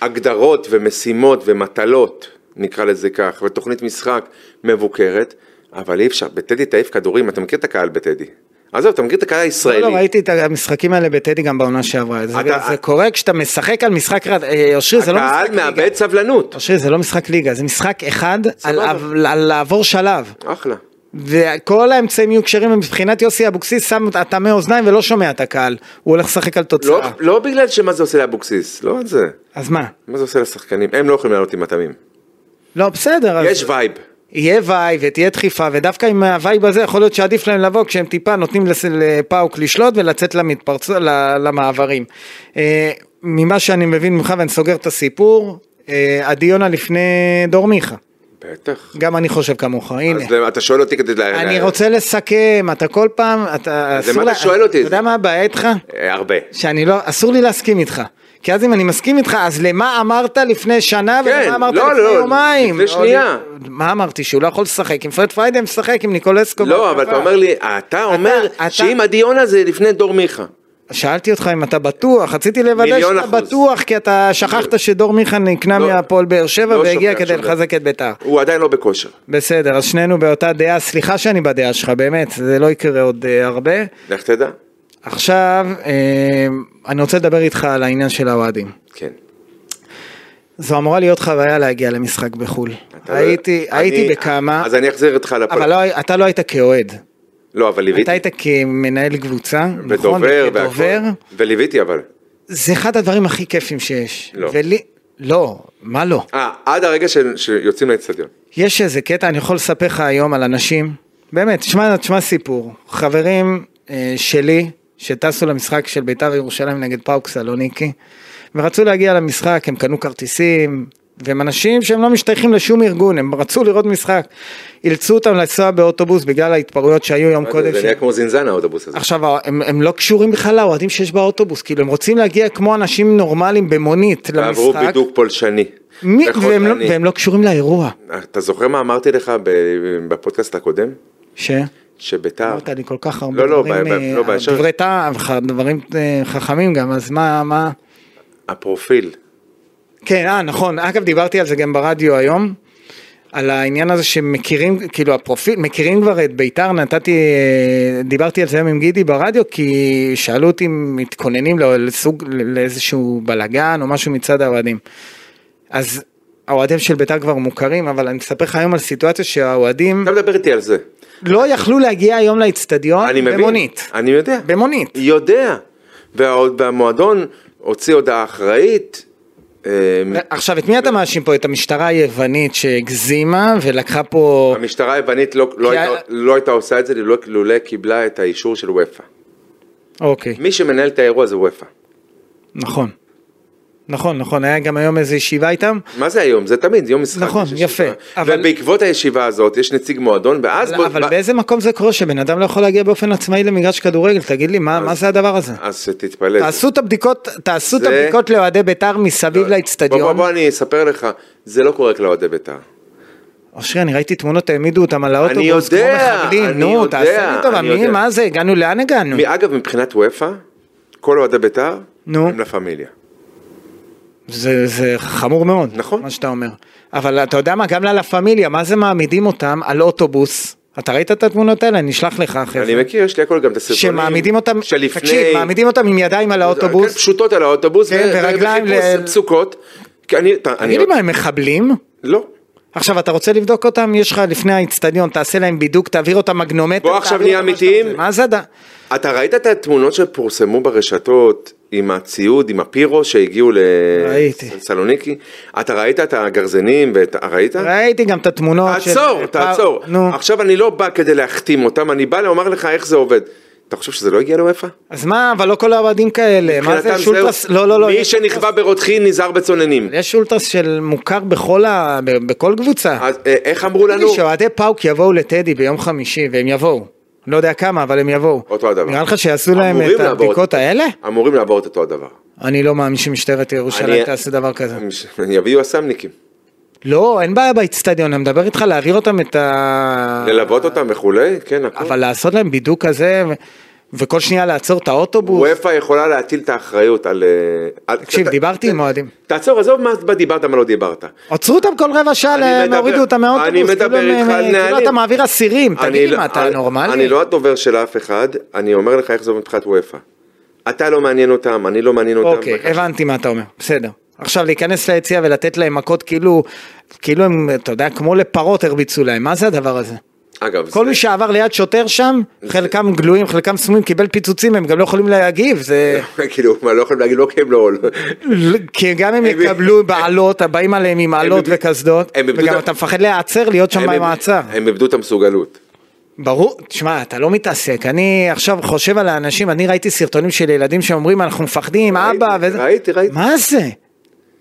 הגדרות ומשימות ומטלות, נקרא לזה כך, ותוכנית משחק מבוקרת, אבל אי אפשר, בטדי תעיף כדורים, אתה מכיר את הקהל בטדי. עזוב, אתה מכיר את הקהל
לא,
הישראלי.
לא, ראיתי את המשחקים האלה בטדי גם בעונה שעברה, זה-
אתה-
זה קורה כשאתה משחק על משחק, רד- אה, אושרי זה לא משחק
הקהל
ליגה.
מאבד סבלנות.
אושרי, זה לא משחק ליגה, זה משחק אחד על,
סבבה.
על, על לעבור שלב.
אחלה.
וכל האמצעים יהיו כשרים, ומבחינת יוסי אבוקסיס שם הטמא אוזניים ולא שומע את הקהל. הוא הולך לשחק על
לא,
תוצאה.
לא בגלל שמה זה עושה לאבוקסיס, לא על זה.
אז מה?
מה זה עושה לשחקנים? הם לא יכולים לעלות עם התמים.
לא, בסדר. אז
יש וייב.
יהיה וייב ותהיה דחיפה, ודווקא עם הווייב הזה יכול להיות שעדיף להם לבוא כשהם טיפה נותנים לס- לפאוק לשלוט ולצאת למתפרצ... ל- למעברים. אה, ממה שאני מבין ממך ואני סוגר את הסיפור, אה, עדי יונה לפני דור מיכה.
בטח.
גם אני חושב כמוך, הנה.
אז אתה שואל אותי כדי... לה-
אני
לה-
רוצה לסכם, אתה כל פעם, אתה
אז למה
אסור
אתה
לה-
שואל אותי את
אתה יודע
זה?
מה הבעיה איתך?
אה, הרבה.
שאני לא, אסור לי להסכים איתך. כי אז אם אני מסכים איתך, אז למה אמרת לפני שנה
כן,
ולמה אמרת
לא,
לפני
לא,
יומיים?
לפני
או
שנייה.
לי- מה אמרתי? שהוא לא יכול לשחק. עם פרד פריידי משחק, עם ניקולסקו.
לא, אבל
בהתקפה.
אתה אומר לי, אתה אומר
אתה-
שאם עדי יונה זה לפני דור מיכה.
שאלתי אותך אם אתה בטוח, רציתי לוודא
מיליון
שאתה
אחוז.
בטוח, כי אתה שכחת שדור מיכה נקנה
לא.
מהפועל באר שבע
לא
והגיע
שומע,
כדי
שומע.
לחזק את ביתר.
הוא עדיין לא בכושר.
בסדר, אז שנינו באותה דעה, סליחה שאני בדעה שלך, באמת, זה לא יקרה עוד אה, הרבה.
לך תדע.
עכשיו, אה, אני רוצה לדבר איתך על העניין של האוהדים.
כן.
זו אמורה להיות חוויה להגיע למשחק בחו"ל.
אתה לא-
הייתי,
אני-
הייתי בכמה,
אז אני אחזיר אותך לפול.
אבל לא, אתה לא היית כאוהד.
לא, אבל ליוויתי.
אתה היית כמנהל קבוצה, נכון?
ודובר
וכדובר.
והכל. וליוויתי אבל.
זה אחד הדברים הכי כיפים שיש.
לא.
ולי, לא, מה לא?
אה, עד הרגע ש- שיוצאים לאצטדיון.
יש איזה קטע, אני יכול לספר לך היום על אנשים, באמת, תשמע, תשמע סיפור. חברים אה, שלי, שטסו למשחק של בית"ר ירושלים נגד פאוק סלוניקי, ורצו להגיע למשחק, הם קנו כרטיסים, והם אנשים שהם לא משתייכים לשום ארגון, הם רצו לראות משחק. אילצו אותם לנסוע באוטובוס בגלל ההתפרעויות שהיו יום קודם.
זה נהיה כמו זינזנה האוטובוס הזה.
עכשיו, הם, הם לא קשורים בכלל לאוהדים שיש באוטובוס, כאילו הם רוצים להגיע כמו אנשים נורמליים במונית
עברו
למשחק,
בידוק פולשני.
מי,
וחודני.
והם, לא, והם לא קשורים לאירוע,
אתה זוכר מה אמרתי לך ב- בפודקאסט הקודם?
ש...
שביתר,
אמרת לי כל כך הרבה
לא, לא,
דברים,
ב- ב-
אה,
לא, באשר-
דברי טעם, ח- דברים אה, חכמים גם, אז מה, מה,
הפרופיל,
כן, אה, נכון, אגב דיברתי על זה גם ברדיו היום, על העניין הזה שמכירים, כאילו הפרופיל, מכירים כבר את ביתר, נתתי, אה, דיברתי על זה היום עם גידי ברדיו, כי שאלו אותי אם מתכוננים לא- לסוג, לאיזשהו בלאגן או משהו מצד האוהדים. אז האוהדים של ביתר כבר מוכרים, אבל אני מספר לך היום על סיטואציה שהאוהדים
אתה מדבר איתי על זה.
לא יכלו להגיע היום לאצטדיון
אני מבין.
במונית.
אני יודע.
במונית.
יודע. וה- והמועדון הוציא הודעה אחראית. אה,
עכשיו, את מי אתה מאשים פה? את המשטרה היוונית שהגזימה ולקחה פה...
המשטרה היוונית לא- לא
כי
הייתה-
ה-
לא הייתה עושה את זה לולא- לולא קיבלה את האישור של וופא.
אוקיי.
מי שמנהל את האירוע זה וופא.
נכון. נכון, נכון, היה גם היום איזו ישיבה איתם.
מה זה היום? זה תמיד, זה יום משחק.
נכון,
יש ישיבה.
יפה, אבל-
ובעקבות הישיבה הזאת יש נציג מועדון, ואז... בוא-
אבל
בא-
באיזה מקום זה קורה שבן אדם לא יכול להגיע באופן עצמאי למגרש כדורגל? תגיד לי, מה מה זה הדבר הזה?
אז שתתפלא.
תעשו את הבדיקות, תעשו את
זה-
הבדיקות לאוהדי בית"ר מסביב
בוא, בוא,
לאצטדיון.
בוא, אני אספר לך, זה לא קורה רק לאוהדי בית"ר.
אושרי, אני ראיתי תמונות, העמידו אותם על האוטובוס כמו
יודע,
מחבלים.
אני
נו,
יודע,
תעשה לי טובה,
אני
מי,
יודע.
מה זה, הגענו, לאן הגענו?
מ- אגב, מבחינת וופא, כל אוהדי בית"ר,
נו.
הם לה פמיליה.
זה, זה חמור מאוד,
נכון.
מה שאתה אומר. אבל אתה יודע מה, גם ללה פמיליה, מה זה מעמידים אותם על אוטובוס? אתה ראית את התמונות האלה? אני אשלח לך אחרי זה.
אני מכיר, יש לי הכל גם את הסרטונים.
שמעמידים אותם,
שלפני...
תקשיב, מעמידים אותם עם ידיים על
כן,
האוטובוס.
פשוטות על האוטובוס,
כן,
ו-
ורגליים
וחיפוש
ל-
פסוקות. כי אני... אתה- אני-
תגיד לי מה, הם מחבלים?
לא.
עכשיו, אתה רוצה לבדוק אותם? יש לך לפני האיצטדיון, תעשה להם בידוק, תעביר אותם מגנומטר.
בוא עכשיו
תעביר
נהיה
אותם מה שאתה
אמיתיים. כן.
רוצה. מה זה הד...
אתה ראית את התמונות שפורסמו ברשתות עם הציוד, עם הפירו שהגיעו
ראיתי.
לסלוניקי? אתה ראית את הגרזנים ואת... ראית?
ראיתי גם את התמונות של... אה,
תעצור, תעצור.
נו,
עכשיו אני לא בא כדי להחתים אותם, אני בא לומר לך איך זה עובד. אתה חושב שזה לא הגיע לאופה?
אז מה, אבל לא כל האוהדים כאלה. מה זה,
מבחינתם
יש אולטרס?
זהו.
לא, לא, לא.
מי
יש אולטרס-
שנכווה ברותחין נזהר בצוננים.
יש אולטרס של מוכר בכל ה... ב- בכל קבוצה.
אז, אה, איך אמרו לנו?
תגיד לי שאוהדי פאוק יבואו לטדי ביום חמישי והם יבואו. לא יודע כמה, אבל הם יבואו.
אותו הדבר.
נראה לך שיעשו להם
אמורים
את
לעבור
הבדיקות האלה?
אמורים לעבור את אותו הדבר.
אני לא מאמין שמשטרת ירושלים
אני- אמ-
תעשה דבר כזה.
הם ש- יביאו הסמניקים,
לא, אין בעיה באיצטדיון, אני מדבר איתך להעביר אותם את ה...
ללוות אותם וכולי, כן, הכל.
אה. אבל לעשות להם בידוק כזה, ו- וכל שנייה לעצור את האוטובוס.
וופא יכולה להטיל את האחריות על... אה, על-
תקשיב,
ת-
דיברתי
ת-
עם אוהדים.
תעצור, עזוב מה מה דיברת, מה לא דיברת.
עצרו אותם כל רבע שעה,
אני
הם
מדבר-
הורידו אותם מהאוטובוס.
אני
כאילו
מדבר
הם-
איתך על
כאילו
נהלים.
אתה מעביר אסירים,
אני
תגיד לי
לא-
מה, אתה
אני-
נורמלי?
אני לא הדובר של אף אחד, אני אומר לך איך זה עובד מבחינת וופא. אתה לא מעניין אותם, אני לא מעניין אותם.
אוקיי, הבנתי מה אתה אומר, בסדר. עכשיו להיכנס ליציע ולתת להם מכות כאילו, כאילו הם, אתה יודע, כמו לפרות הרביצו להם, מה זה הדבר הזה?
אגב,
כל
זה-
מי שעבר ליד שוטר שם, חלקם גלויים, חלקם סמויים, קיבל פיצוצים, הם גם לא יכולים להגיב, זה...
(laughs) כאילו, מה, לא יכולים להגיד לא כי הם לא...
כי גם הם יקבלו בעלות, באים עליהם עם
הם
עלות
בב-
וקסדות,
הם בבדוד-
וגם אתה מפחד להיעצר, להיות שם
הם-
במעצר.
הם איבדו את המסוגלות.
ברור, תשמע, אתה לא מתעסק, אני עכשיו חושב על האנשים, אני ראיתי סרטונים של ילדים שאומרים, אנחנו מפחדים,
ראיתי,
אבא, וזה...
ראיתי, ראיתי.
מה זה?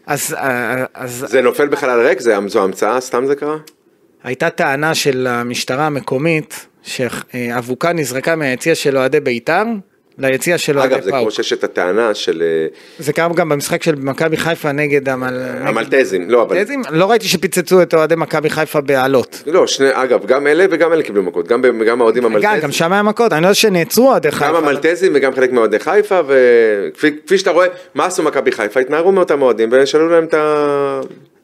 אז, אה, אז
זה נופל בחלל ריק? זה- זו המצאה? סתם זה קרה?
הייתה טענה של המשטרה המקומית, שאבוקה נזרקה מהיציע של אוהדי בית"ר ליציע של אוהדי
אגב, זה כמו
פאוק.
שיש את הטענה של אה,
זה קרה גם במשחק של מכבי חיפה נגד המל- נגד
המלטזים. לא, אבל...
המלטזים. לא ראיתי שפיצצו את אוהדי מכבי חיפה באלות.
לא, שני, אגב, גם אלה וגם אלה קיבלו מכות, גם ב- גם האוהדים
גם,
המלטזים,
גם שם היה מכות, אני לא יודע שנעצרו אוהדי חיפה.
גם המלטזים וגם חלק מאוהדי חיפה, וכפי כפי שאתה רואה, מה עשו מכבי חיפה? התנערו מאותם אוהדים ושללו להם את ה...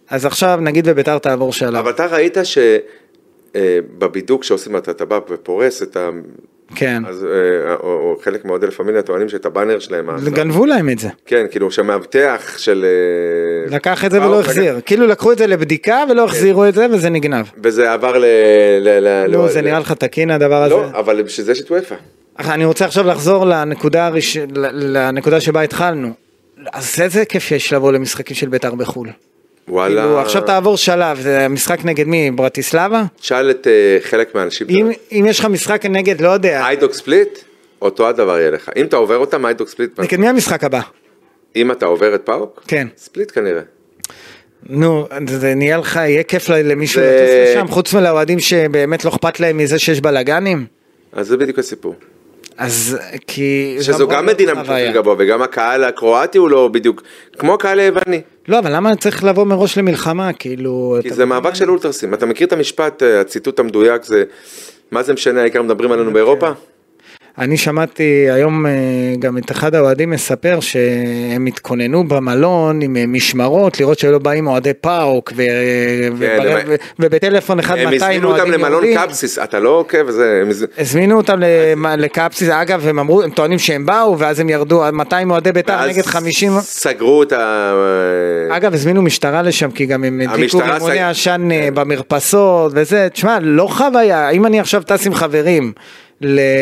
אז עכשיו נגיד וביתר תעבור שלב.
אבל אתה ראית שבבידוק שעושים אתה אתה בא ופורס את ה...
כן.
אז, אה, או, או חלק מאוהדי לה פמיליה טוענים שאת הבאנר שלהם, ה-
גנבו להם את זה.
כן, כאילו שהמאבטח של... אה,
לקח את זה
באו,
ולא החזיר. כאילו לקחו את זה לבדיקה
כן.
ולא החזירו את זה וזה נגנב.
וזה עבר ל... ל- ל-
נו,
לא,
זה
ל-
נראה לך תקין הדבר הזה?
לא, אבל בשביל זה יש את וופא.
אך אני רוצה עכשיו לחזור לנקודה, הראש... ל- לנקודה שבה התחלנו. אז איזה כיף יש לבוא למשחקים של בית"ר בחו"ל.
וואלה.
כאילו עכשיו תעבור שלב, זה משחק נגד מי? ברטיסלבה?
תשאל את אה, חלק מהאנשים.
אם, אם יש לך משחק נגד, לא יודע,
איידוק ספליט, אותו הדבר יהיה לך. אם אתה עובר אותם, איידוק ספליט,
נגד מי המשחק הבא?
אם אתה עובר את פאוק,
כן.
ספליט כנראה.
נו, זה נהיה לך, יהיה כיף למישהו
זה-
לטוס לשם, חוץ מלאוהדים שבאמת לא אכפת להם מזה שיש בלאגנים?
אז זה בדיוק הסיפור.
אז כי...
שזו
פה
גם
לא
מדינה
חוויה.
מתחילה גבוה, וגם הקהל הקרואטי הוא לא בדיוק, כמו הקהל היווני,
לא, אבל למה צריך לבוא מראש למלחמה? כאילו...
כי
אתה-
זה מאבק של אולטרסים. אתה מכיר את המשפט, אה, הציטוט המדויק זה, מה זה משנה, העיקר מדברים
כן.
עלינו באירופה?
אני שמעתי היום אה, גם את אחד האוהדים מספר שהם התכוננו במלון עם אה, משמרות, לראות שלא באים אוהדי פאוק, ו... אה,
הם-
ו... ובטלפון אחד 200
כן, הם
אוהדים יהודים.
הזמינו אותם למלון קבסיס, אתה לא עוקב, זה... הם הז-
הזמינו אותם למ- לקפסיס, אגב, הם אמרו, הם טוענים שהם באו, ואז הם ירדו, 200 אוהדי בית"ר
ואז
נגד 50,
סגרו את ה...
אגב, הזמינו משטרה לשם, כי גם הם הדליקו
המשטרה כן.
רימוני
סג-
עשן אה, במרפסות וזה, תשמע, לא חוויה, אם אני עכשיו טס עם חברים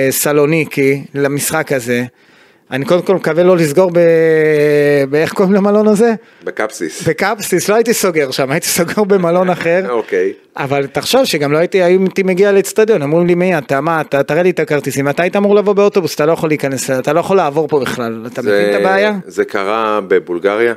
לסלוניקי, למשחק הזה, אני קודם כל מקווה לא לסגור ב... באיך קוראים למלון הזה?
בקפסיס.
בקפסיס, לא הייתי סוגר שם, הייתי סוגר במלון אחר.
אוקיי.
אבל תחשוב שגם לא הייתי, הייתי מגיע לאצטדיון, אמרו לי מאיר, אתה מה, אתה תראה לי את הכרטיסים, אתה היית אמור לבוא באוטובוס, אתה לא יכול להיכנס, אתה לא יכול לעבור פה בכלל, אתה מבין את הבעיה?
זה קרה בבולגריה,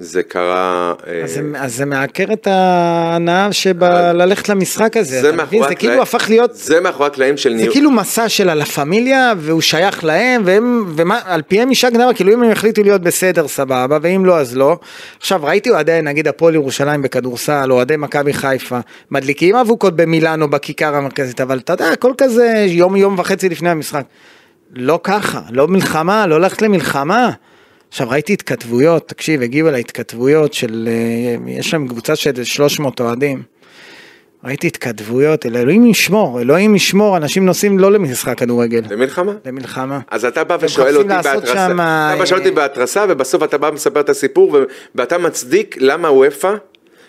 זה קרה... אה,
אז זה- אז זה מעקר את ההנאה שבללכת למשחק הזה, אתה מבין?
מאחורי
זה
הקלעים-
כאילו הפך להיות,
זה מאחורי הקלעים של
זה
ניהול.
כאילו מסע של הלה פמיליה, והוא שייך להם, והם, ומה, על פיהם יישק דבר, כאילו אם הם יחליטו להיות בסדר, סבבה, ואם לא, אז לא. עכשיו, ראיתי אוהדי, נגיד, הפועל ירושלים בכדורסל, אוהדי מכבי חיפה, מדליקים אבוקות במילאנו בכיכר המרכזית, אבל אתה יודע, הכל כזה יום, יום וחצי לפני המשחק. לא ככה, לא מלחמה, לא ללכת למלחמה. עכשיו ראיתי התכתבויות, תקשיב, הגיעו אליי התכתבויות של, אה, יש להם קבוצה של איזה 300 אוהדים. ראיתי התכתבויות, אל- אלוהים ישמור, אלוהים ישמור, אנשים נוסעים לא למשחק כדורגל,
במלחמה.
למלחמה.
אז אתה בא
אתם
ושואל
מחפשים
אותי
לעשות
בהתרסה,
שם,
אתה בא שואל אותי
אה,
בהתרסה ובסוף אתה בא ומספר את הסיפור ו- ואתה מצדיק למה וופא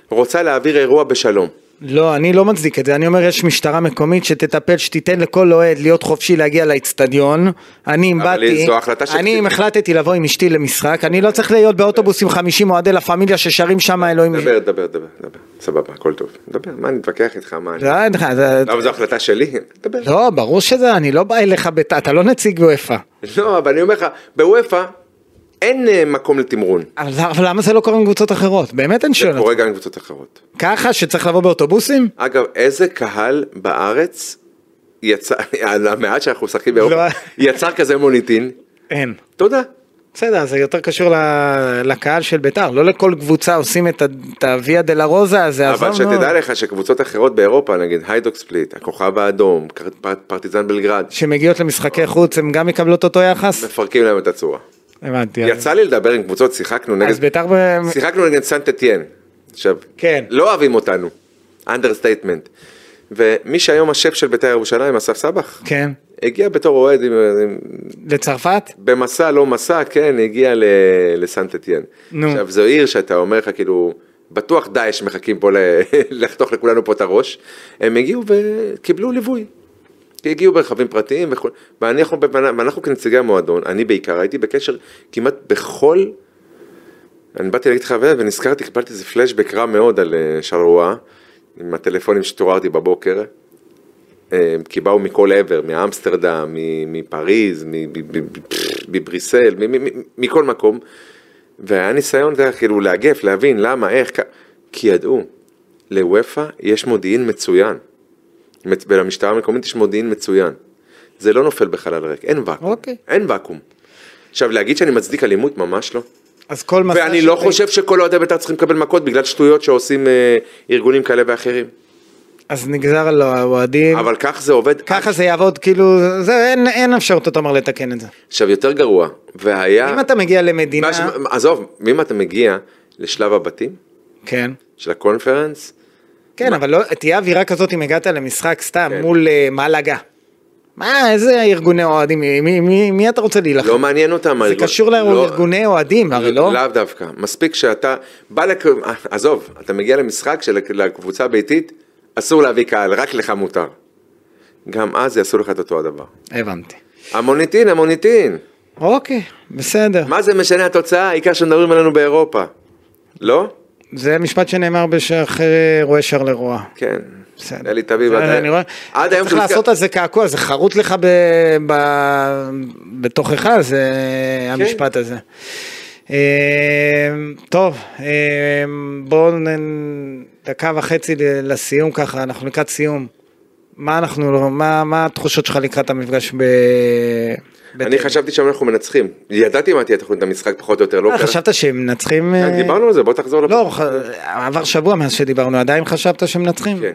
רוצה להעביר אירוע בשלום.
לא, אני לא מצדיק את זה, אני אומר יש משטרה מקומית שתטפל, שתיתן לכל אוהד להיות חופשי להגיע לאצטדיון. אני אם
אבל
באתי,
זו החלטה של-
אני אם החלטתי לבוא עם אשתי למשחק, אני לא צריך להיות באוטובוס עם 50 אוהדי לה פמיליה ששרים שם אלוהים.
דבר, דבר, דבר, דבר, סבבה, הכל טוב. דבר, מה אני מתווכח איתך, מה אני...
לא, אין לך, זה-
למה זו החלטה שלי? (laughs) דבר.
לא, ברור שזה, אני לא בא אליך, בת... אתה לא נציג וופא.
לא, אבל אני אומר לך, בוופא אין אה, מקום לתמרון.
אבל זה- אבל למה זה לא קורה עם קבוצות אחרות? באמת אני
זה
שואל אותך.
קורה גם עם קבוצות אחרות.
ככה שצריך לבוא באוטובוסים?
אגב, איזה קהל בארץ יצא, על המעט שאנחנו משחקים באירופה,
לא.
יצר כזה מוניטין?
אין.
תודה.
בסדר, זה יותר קשור ל- לקהל של ביתר, לא לכל קבוצה עושים את ה- את הוויה דה לה רוזה הזה,
אבל
עזוב, נו.
שתדע לך שקבוצות אחרות באירופה, נגיד היידוק ספליט, הכוכב האדום, קר- פר- פרטיזן בלגרד,
שמגיעות למשחקי חוץ, הן גם מקבלות אותו יחס?
מפרקים להם את הצורה.
הבנתי. אז-
יצא לי לדבר עם קבוצות, שיחקנו נגד,
כן. אז ביתר... ב-
שיחקנו נגד סנטטיאן. עכשיו,
כן.
לא אוהבים אותנו, אנדרסטייטמנט. ומי שהיום השף של בית"ר ירושלים, אסף סבח,
כן.
הגיע בתור אוהד עם, עם
לצרפת?
במסע לא מסע, כן, הגיע ל... לסנטטיאן.
נו.
עכשיו, זו עיר שאתה אומר לך, כאילו, בטוח דאעש מחכים פה ל... (laughs) לחתוך לכולנו פה את הראש. הם הגיעו וקיבלו ליווי. כי הגיעו ברכבים פרטיים וכו', ואנחנו, בפנ- ואנחנו כנציגי המועדון, אני בעיקר הייתי בקשר כמעט בכל, אני באתי להגיד לך חבר ונזכרתי, קיבלתי איזה פלשבק רע מאוד על אה, שרוואה, עם הטלפונים שתוארתי בבוקר, אה, כי באו מכל עבר, מאמסטרדם, מ- מפריז, מ- ב- ב- ב- מבריסל, מ- מ- מ- מכל מקום. והיה ניסיון, אתה יודע, כאילו לאגף, להבין למה, איך, כ- כי ידעו, לוופא יש מודיעין מצוין, מצ- ולמשטרה המקומית יש מודיעין מצוין. זה לא נופל בחלל ריק, אין ואקום.
אוקיי.
אין ואקום. עכשיו, להגיד שאני מצדיק אלימות, ממש לא.
אז כל מסע...
ואני
של-
לא חושב שכל אוהדי בית"ר צריכים לקבל מכות בגלל שטויות שעושים אה, ארגונים כאלה ואחרים.
אז נגזר על האוהדים.
אבל כך זה עובד.
ככה זה יעבוד, כאילו, זה, אין, אין אפשרות, אתה אומר, לתקן את זה.
עכשיו, יותר גרוע, והיה...
אם אתה מגיע למדינה...
מה ש- עזוב, ואם אתה מגיע לשלב הבתים
כן.
של הקונפרנס,
כן, אבל לא, תהיה אווירה כזאת אם הגעת למשחק סתם
כן.
מול אה, מלאגה. מה, איזה ארגוני אוהדים, מי- מי- מי- מי אתה רוצה להילחם?
לא מעניין אותם.
זה
הארגון-
קשור
לא-
לארגוני אוהדים, הרי לא?
לאו דווקא. מספיק שאתה בא לק... עזוב, אתה מגיע למשחק של הקבוצה הביתית, אסור להביא קהל, רק לך מותר. גם אז יעשו לך את אותו הדבר.
הבנתי.
המוניטין, המוניטין.
אוקיי, בסדר.
מה זה משנה התוצאה? העיקר שמדברים עלינו באירופה. לא?
זה משפט שנאמר אה, בשער רואה שער לרועה.
כן.
בסדר.
אלי תביב,
בסדר,
עד-
אני רואה.
עד היום
צריך
שהוא
לעשות
נזכר-
על זה קעקוע, זה חרוט לך ב- ב- בתוכך, זה המשפט הזה. אה, טוב, אה, בואו נ- דקה וחצי ל- לסיום ככה, אנחנו לקראת סיום. מה אנחנו, לא- מה, מה התחושות שלך לקראת המפגש ב...
אני חשבתי שאנחנו מנצחים. ידעתי מה תהיה תוכנית המשחק פחות או יותר, לא
אה,
קרה.
חשבת שהם מנצחים? אה,
כן, דיברנו על זה, בוא תחזור לפ...
לא, ח- עבר שבוע מאז שדיברנו, עדיין חשבת שהם מנצחים?
כן.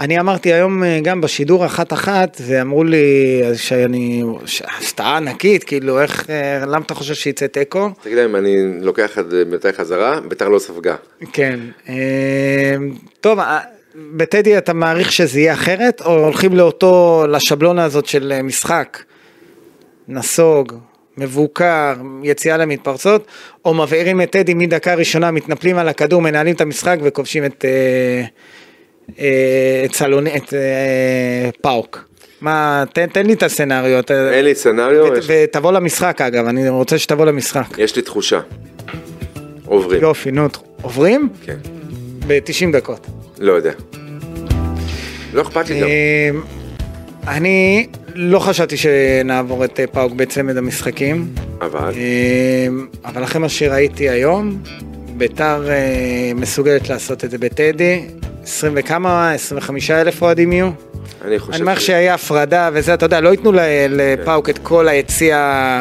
אני אמרתי היום אה, גם בשידור אחת-אחת, ואמרו לי אז שאני, ש- הפתעה ענקית, כאילו, איך, אה, למה אתה חושב שיצא תיקו?
תגיד להם, אני לוקח את בית"ר חזרה, בית"ר לא ספגה.
כן. אה, טוב, אה, בטדי אתה מעריך שזה יהיה אחרת, או הולכים לאותו, לשבלונה הזאת של אה, משחק, נסוג, מבוקר, יציאה למתפרצות, או מבעירים את טדי מדקה ראשונה, מתנפלים על הכדור, מנהלים את המשחק וכובשים את, אה, אה, את, סלוני, את אה, פאוק. מה, תן, תן לי את הסצנריו, אתה-
אין לי סצנריו,
ות-
יש-
ותבוא למשחק אגב, אני רוצה שתבוא למשחק.
יש לי תחושה. עוברים.
יופי, נו, עוברים?
כן.
ב-90 דקות.
לא יודע. לא אכפת לי גם.
אמ, אני לא חשבתי שנעבור את אה, פאוק בצמד המשחקים,
אבל,
אמ, אבל אחרי מה שראיתי היום, ביתר אה, מסוגלת לעשות את זה בטדי, 20 וכמה, 25 אלף אוהדים יהיו.
אני חושב...
אני אומר
ש- כן.
שהיה הפרדה וזה, אתה יודע, לא ייתנו ל- לפאוק את כל היציע,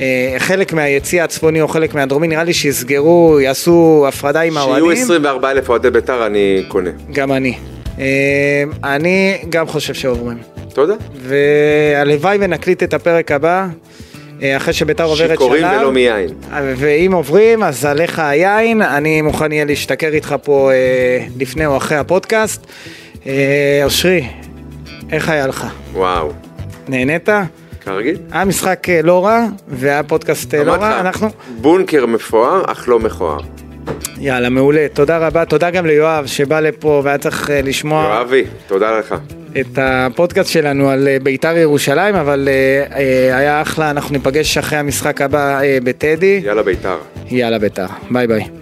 אה, חלק מהיציע הצפוני או חלק מהדרומי, נראה לי שיסגרו, יעשו הפרדה עם האוהדים.
שיהיו 24 אלף אוהדי בית"ר, אני קונה.
גם אני. אה, אני גם חושב שעוברים.
תודה.
והלוואי ונקליט את הפרק הבא, אה, אחרי שביתר עוברת
שיכורים
שלב.
ולא מיין.
אה, ואם עוברים, אז עליך היין, אני מוכן אהיה להשתכר איתך פה אה, לפני או אחרי הפודקאסט. אה, אושרי, איך היה לך?
וואו.
נהנית?
כרגיל.
היה משחק אה, לא רע, והיה פודקאסט אה, לא
אמרתי
רע,
לך,
אנחנו...
בונקר מפואר, אך לא מכוער.
יאללה, מעולה, תודה רבה, תודה גם ליואב שבא לפה והיה צריך אה, לשמוע.
יואבי, תודה לך.
את הפודקאסט שלנו על אה, בית"ר ירושלים, אבל אה, אה, היה אחלה, אנחנו ניפגש אחרי המשחק הבא אה, בטדי.
יאללה בית"ר.
יאללה בית"ר, ביי ביי.